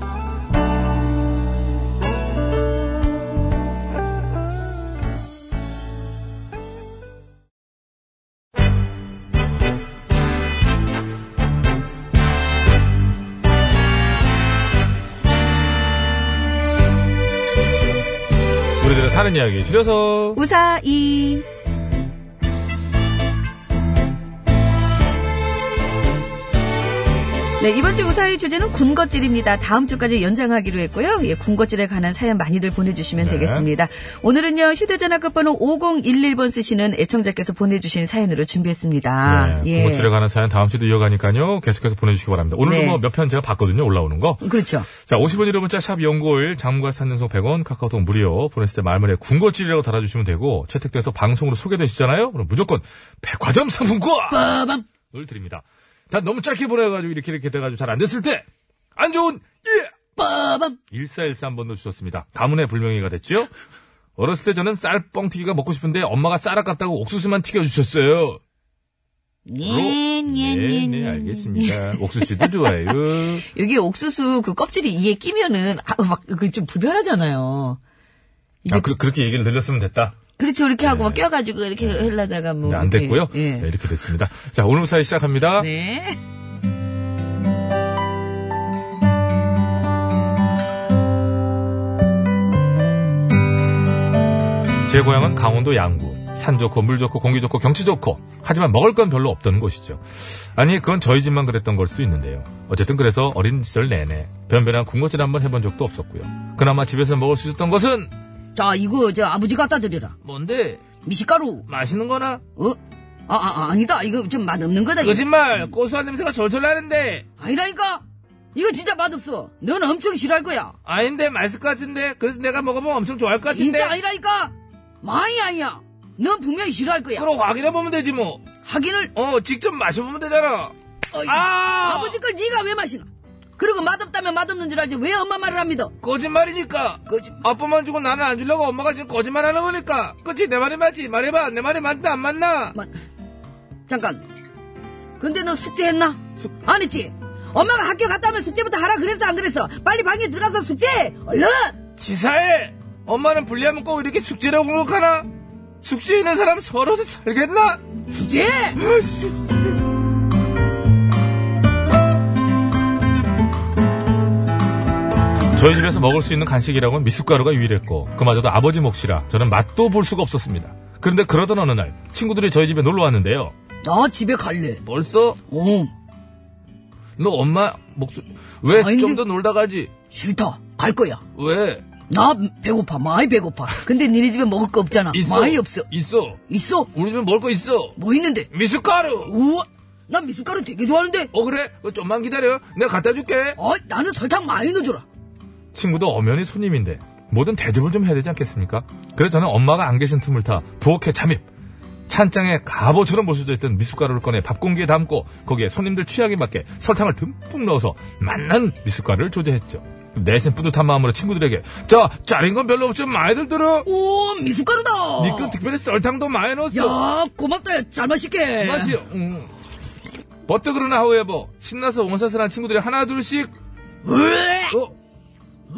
[SPEAKER 4] 우리들의 사는 이야기 줄여서
[SPEAKER 2] 우사이 네, 이번 주 우사의 주제는 군것질입니다. 다음 주까지 연장하기로 했고요. 예, 군것질에 관한 사연 많이들 보내주시면
[SPEAKER 4] 네.
[SPEAKER 2] 되겠습니다. 오늘은요, 휴대전화 끝번호 5011번 쓰시는 애청자께서 보내주신 사연으로 준비했습니다.
[SPEAKER 4] 네,
[SPEAKER 2] 예.
[SPEAKER 4] 공고질에 관한 사연 다음 주도 이어가니까요. 계속해서 보내주시기 바랍니다. 오늘도
[SPEAKER 2] 네.
[SPEAKER 4] 뭐 몇 편 제가 봤거든요. 올라오는 거.
[SPEAKER 2] 그렇죠.
[SPEAKER 4] 자, 50원 이름 문자 샵 연구일 장과 산전송 100원 카카오톡 무료 보냈을 때 말문에 군것질이라고 달아주시면 되고 채택돼서 방송으로 소개되시잖아요. 그럼 무조건 백화점 상품권을 드립니다. 단 너무 짧게 보내가지고 이렇게 이렇게 돼가지고 잘 안 됐을 때 안 좋은 예!
[SPEAKER 2] 빠밤!
[SPEAKER 4] 1413번도 주셨습니다. 가문의 불명예가 됐죠? 어렸을 때 저는 쌀뻥튀기가 먹고 싶은데 엄마가 쌀 아깝다고 옥수수만 튀겨주셨어요.
[SPEAKER 2] 예, 예, 예,
[SPEAKER 4] 네,
[SPEAKER 2] 예.
[SPEAKER 4] 알겠습니다. 옥수수도 좋아요.
[SPEAKER 2] 여기 옥수수 그 껍질이 이에 끼면은, 아, 막, 그 좀 불편하잖아요. 네.
[SPEAKER 4] 아, 그, 그렇게 얘기를 늘렸으면 됐다.
[SPEAKER 2] 그렇죠. 이렇게 하고 막 껴가지고 이렇게 하려다가 뭐.
[SPEAKER 4] 네, 안 됐고요.
[SPEAKER 2] 예, 예.
[SPEAKER 4] 네, 이렇게 됐습니다. 자, 오늘 사이 시작합니다.
[SPEAKER 2] 네.
[SPEAKER 4] 제 고향은 강원도 양구. 산 좋고 물 좋고 공기 좋고 경치 좋고 하지만 먹을 건 별로 없던 곳이죠. 아니 그건 저희 집만 그랬던 걸 수도 있는데요. 어쨌든 그래서 어린 시절 내내 변변한 군것질 한번 해본 적도 없었고요. 그나마 집에서 먹을 수 있었던 것은
[SPEAKER 2] 자, 이거 저 아버지 갖다 드려라.
[SPEAKER 1] 뭔데?
[SPEAKER 2] 미식가루.
[SPEAKER 1] 맛있는 거나?
[SPEAKER 2] 어? 아, 아, 아, 니다 이거 좀 맛없는 거다. 이거.
[SPEAKER 1] 거짓말! 고소한 냄새가 졸졸 나는데!
[SPEAKER 2] 아니라니까? 이거 진짜 맛없어. 넌 엄청 싫어할 거야.
[SPEAKER 1] 아닌데, 맛있을 것 같은데? 그래서 내가 먹어보면 엄청 좋아할 것 같은데?
[SPEAKER 2] 진짜 아니라니까? 많이 아니야. 넌 분명히 싫어할 거야.
[SPEAKER 1] 그럼 확인해보면 되지 뭐.
[SPEAKER 2] 하기를,
[SPEAKER 1] 어, 직접 마셔보면 되잖아.
[SPEAKER 2] 어이,
[SPEAKER 1] 아!
[SPEAKER 2] 아버지 걸 네가 왜 마시나? 그리고 맛없다면 맛없는 줄 알지. 왜 엄마 말을 안 믿어?
[SPEAKER 1] 거짓말이니까.
[SPEAKER 2] 거짓-
[SPEAKER 1] 아빠만 주고 나는 안 주려고 엄마가 지금 거짓말 하는 거니까. 그치? 내 말이 맞지? 말해봐. 내 말이 맞나? 안 맞나?
[SPEAKER 2] 마- 잠깐. 근데 너 숙제했나? 안 했지? 엄마가 학교 갔다 오면 숙제부터 하라 그랬어 안 그랬어? 빨리 방에 들어가서 숙제해! 얼른!
[SPEAKER 1] 지사해! 엄마는 불리하면 꼭 이렇게 숙제라고 공격하나? 숙제 있는 사람 서러서 살겠나?
[SPEAKER 2] 숙제해!
[SPEAKER 1] 아이씨.
[SPEAKER 4] 저희 집에서 먹을 수 있는 간식이라고는 미숫가루가 유일했고 그마저도 아버지 몫이라 저는 맛도 볼 수가 없었습니다. 그런데 그러던 어느 날 친구들이 저희 집에 놀러 왔는데요.
[SPEAKER 2] 나 집에 갈래.
[SPEAKER 1] 벌써?
[SPEAKER 2] 어,
[SPEAKER 1] 너 엄마 목소리, 왜 좀
[SPEAKER 2] 아닌데?
[SPEAKER 1] 더 놀다 가지?
[SPEAKER 2] 싫다. 갈 거야.
[SPEAKER 1] 왜?
[SPEAKER 2] 나 배고파. 많이 배고파. 근데 니네 집에 먹을 거 없잖아.
[SPEAKER 1] 있어.
[SPEAKER 2] 많이 없어.
[SPEAKER 1] 있어.
[SPEAKER 2] 있어?
[SPEAKER 1] 우리 집에 먹을 거 있어.
[SPEAKER 2] 뭐 있는데?
[SPEAKER 1] 미숫가루!
[SPEAKER 2] 우와! 난 미숫가루 되게 좋아하는데?
[SPEAKER 1] 어, 그래? 그거
[SPEAKER 4] 어.
[SPEAKER 1] 좀만 기다려. 내가 갖다 줄게.
[SPEAKER 2] 어, 나는 설탕 많이 넣어줘라.
[SPEAKER 4] 친구도 엄연히 손님인데 뭐든 대접을 좀 해야 되지 않겠습니까? 그래서 저는 엄마가 안 계신 틈을 타 부엌에 잠입. 찬장에 갑오처럼 모셔져 있던 미숫가루를 꺼내 밥공기에 담고 거기에 손님들 취향에 맞게 설탕을 듬뿍 넣어서 맛난 미숫가루를 조제했죠. 내심 뿌듯한 마음으로 친구들에게 자 짜린 건 별로 없지만 많이들 들어.
[SPEAKER 2] 오, 미숫가루다!
[SPEAKER 7] 네
[SPEAKER 4] 니건 네 특별히 설탕도 많이 넣었어.
[SPEAKER 2] 야, 고맙다. 야. 잘 마실게.
[SPEAKER 4] 맛이 음. 버터 그러나 하우에버 신나서 원샷을 한 친구들이 하나 둘씩
[SPEAKER 2] 으악!
[SPEAKER 4] 어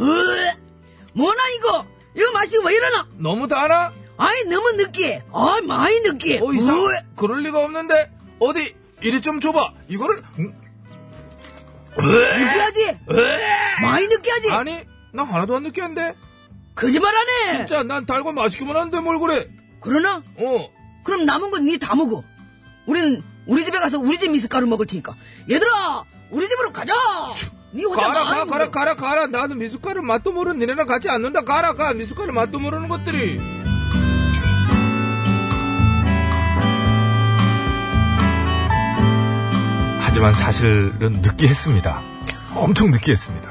[SPEAKER 2] 으악! 뭐나 이거? 이거 맛이 왜 이러나?
[SPEAKER 4] 너무 다나?
[SPEAKER 2] 아이, 너무 느끼해. 아, 많이 느끼해.
[SPEAKER 4] 어 이상
[SPEAKER 2] 으악!
[SPEAKER 4] 그럴 리가 없는데 어디 이리 좀 줘봐 이거를 음,
[SPEAKER 2] 느끼하지? 많이 느끼하지?
[SPEAKER 4] 아니 나 하나도 안 느끼한데
[SPEAKER 2] 거짓말하네.
[SPEAKER 4] 진짜 난 달고 맛있기만 한데 뭘 그래
[SPEAKER 2] 그러나
[SPEAKER 4] 어
[SPEAKER 2] 그럼 남은 건 니 다 먹어. 우린 우리 집에 가서 우리 집 미숫가루 먹을 테니까. 얘들아, 우리 집으로 가자. 니 혼자
[SPEAKER 4] 가라
[SPEAKER 2] 많이
[SPEAKER 4] 가
[SPEAKER 2] 먹어.
[SPEAKER 4] 가라 가라 가라 나는 미숫가루 맛도 모르는 니네랑 같이 안 논다 가라 가 미숫가루 맛도 모르는 것들이 하지만 사실은 느끼했습니다 엄청 느끼했습니다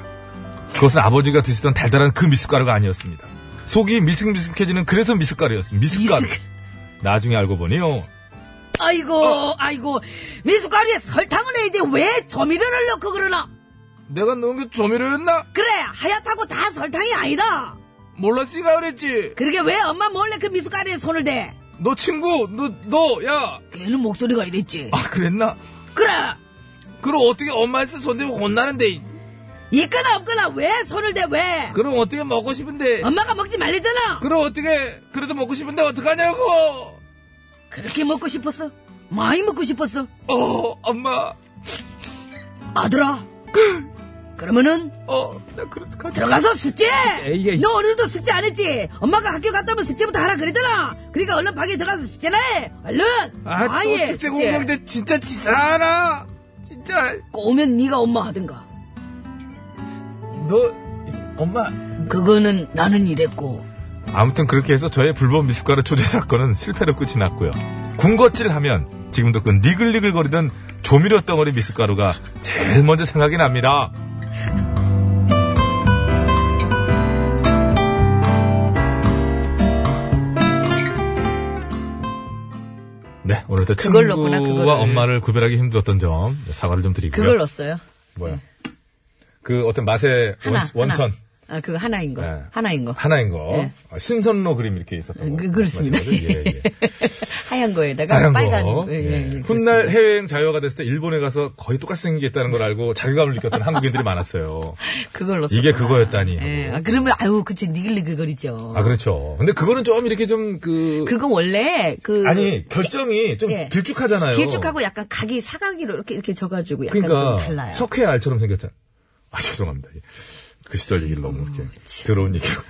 [SPEAKER 4] 그것은 아버지가 드시던 달달한 그 미숫가루가 아니었습니다 속이 미승미승해지는 그래서 미숫가루였습니다 미숫가루
[SPEAKER 2] 미숫-
[SPEAKER 4] 나중에 알고 보니요
[SPEAKER 2] 아이고,
[SPEAKER 4] 어.
[SPEAKER 2] 아이고. 미숫가루에 설탕을 넣어야지 왜 조미료를 넣고 그러나?
[SPEAKER 4] 내가 넣은 게 조미료였나?
[SPEAKER 2] 그래, 하얗다고 다 설탕이 아니다.
[SPEAKER 4] 몰랐으니까 그랬지
[SPEAKER 2] 그러게 왜 엄마 몰래 그 미숫가루에 손을 대?
[SPEAKER 4] 너 친구 너너야
[SPEAKER 2] 걔는 목소리가 이랬지.
[SPEAKER 4] 아 그랬나?
[SPEAKER 2] 그래,
[SPEAKER 4] 그럼 어떻게 엄마에서 손대고 혼나는데
[SPEAKER 2] 있거나 없거나 왜 손을 대, 왜?
[SPEAKER 4] 그럼 어떻게 먹고 싶은데
[SPEAKER 2] 엄마가 먹지 말랬잖아.
[SPEAKER 4] 그럼 어떻게 그래도 먹고 싶은데 어떡하냐고
[SPEAKER 2] 그렇게 먹고 싶었어? 많이 먹고 싶었어?
[SPEAKER 4] 어 엄마
[SPEAKER 2] 아들아. 그러면은
[SPEAKER 4] 어나 그렇다
[SPEAKER 2] 들어가서 숙제.
[SPEAKER 4] 이게-
[SPEAKER 2] 너 오늘도 숙제 안 했지? 엄마가 학교 갔다 오면 숙제부터 하라 그랬잖아. 그러니까 얼른 방에 들어가서 숙제나 해. 얼른.
[SPEAKER 4] 아또
[SPEAKER 2] 아예
[SPEAKER 4] 숙제 공부하는데 진짜 지사하나 진짜
[SPEAKER 2] 꼬면 네가 엄마 하든가.
[SPEAKER 4] 너 엄마
[SPEAKER 2] 그거는 나는 이랬고.
[SPEAKER 4] 아무튼 그렇게 해서 저의 불법 미숫가루 조제 사건은 실패로 끝이 났고요 군것질하면 지금도 그 니글니글거리던 조미료 덩어리 미숫가루가 제일 먼저 생각이 납니다 네, 오늘도
[SPEAKER 2] 그걸
[SPEAKER 4] 친구와
[SPEAKER 2] 넣었구나, 그거를.
[SPEAKER 4] 엄마를 구별하기 힘들었던 점 네, 사과를 좀 드리고요.
[SPEAKER 2] 그걸 넣었어요.
[SPEAKER 4] 뭐야? 그 어떤 맛의
[SPEAKER 2] 하나.
[SPEAKER 4] 원, 천
[SPEAKER 2] 하나. 아, 그거 하나인 거.
[SPEAKER 4] 네.
[SPEAKER 2] 하나인 거.
[SPEAKER 4] 하나인 거.
[SPEAKER 2] 예.
[SPEAKER 4] 어, 신선로 그림 이렇게 있었던 거.
[SPEAKER 2] 그, 그렇습니다.
[SPEAKER 4] 말씀하신 거죠? 예, 예.
[SPEAKER 2] 하얀 거에다가
[SPEAKER 4] 다양한
[SPEAKER 2] 빨간
[SPEAKER 4] 거.
[SPEAKER 2] 예, 예,
[SPEAKER 4] 예.
[SPEAKER 2] 예,
[SPEAKER 4] 훗날 해외여행 자유화가 됐을 때 일본에 가서 거의 똑같이 생기겠다는 걸 알고 자괴감을 느꼈던 한국인들이 많았어요.
[SPEAKER 2] 그걸 넣었어.
[SPEAKER 4] 이게 그거였다니.
[SPEAKER 2] 예.
[SPEAKER 4] 하고.
[SPEAKER 2] 아, 그러면 아유, 그치 니글니글거리죠.
[SPEAKER 4] 아, 그렇죠. 근데 그거는 좀 이렇게 좀 그.
[SPEAKER 2] 그거 원래 그
[SPEAKER 4] 아니, 결정이 좀
[SPEAKER 2] 예.
[SPEAKER 4] 길쭉하잖아요.
[SPEAKER 2] 길쭉하고 약간 각이 사각이로 이렇게 이렇게 져가지고 약간
[SPEAKER 4] 그러니까
[SPEAKER 2] 좀 달라요.
[SPEAKER 4] 석회 알처럼 생겼잖아. 아 죄송합니다. 그 시절 얘기를 너무
[SPEAKER 2] 어,
[SPEAKER 4] 이렇게 더러운 얘기로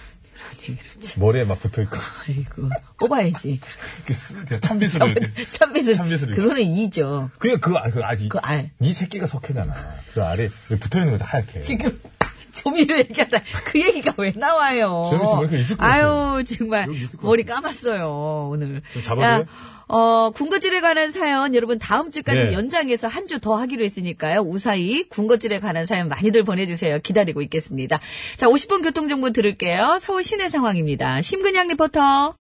[SPEAKER 4] 머리에 막 붙어 있고
[SPEAKER 2] 아이고 뽑아야지.
[SPEAKER 4] 이렇게 쓰- 그냥 참빗으로 이렇게.
[SPEAKER 2] 참빗은
[SPEAKER 4] 참빗을 이렇게.
[SPEAKER 2] 그거는 이죠.
[SPEAKER 4] 그냥 그 알, 그 알이
[SPEAKER 2] 그 알.
[SPEAKER 4] 이 새끼가 석회잖아. 그 알이 붙어 있는 거다 하얗게.
[SPEAKER 2] 지금 조미료 얘기하다 그 얘기가 왜 나와요?
[SPEAKER 4] 재민 씨왜 뭐 이렇게 있을 것 같아요?
[SPEAKER 2] 아유 정말
[SPEAKER 4] 여기 있을 것
[SPEAKER 2] 머리 까봤어요 오늘.
[SPEAKER 4] 좀 잡아줘요?
[SPEAKER 2] 자, 어 군것질에 관한 사연 여러분 다음 주까지
[SPEAKER 4] 예.
[SPEAKER 2] 연장해서 한 주 더 하기로 했으니까요 우사히 군것질에 관한 사연 많이들 보내주세요 기다리고 있겠습니다. 자 50분 교통 정보 들을게요 서울 시내 상황입니다 심근양 리포터.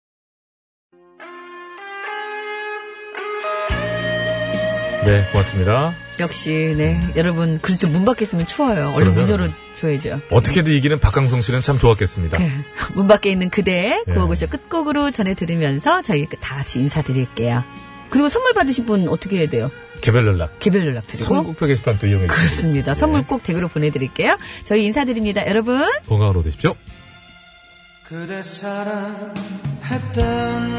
[SPEAKER 4] 네 고맙습니다.
[SPEAKER 2] 역시 네 여러분 그렇죠 문 밖에 있으면 추워요 얼른 문 열어
[SPEAKER 4] 그러면-
[SPEAKER 2] 줘야죠.
[SPEAKER 4] 어떻게든 이기는 박강성 씨는 참 좋았겠습니다.
[SPEAKER 2] 네. 문 밖에 있는 그대의
[SPEAKER 4] 예.
[SPEAKER 2] 구호고쇼 끝곡으로 전해 들으면서 저희 그 다 같이 인사드릴게요. 그리고 선물 받으신 분 어떻게 해야 돼요?
[SPEAKER 4] 개별 연락. 네.
[SPEAKER 2] 개별 연락 드리고.
[SPEAKER 4] 선곡표 게시판 또 이용해 주시고
[SPEAKER 2] 그렇습니다.
[SPEAKER 4] 예.
[SPEAKER 2] 선물 꼭 댁으로 보내드릴게요. 저희 인사드립니다. 여러분.
[SPEAKER 4] 건강으로 되십시오.
[SPEAKER 9] 그대 사랑했던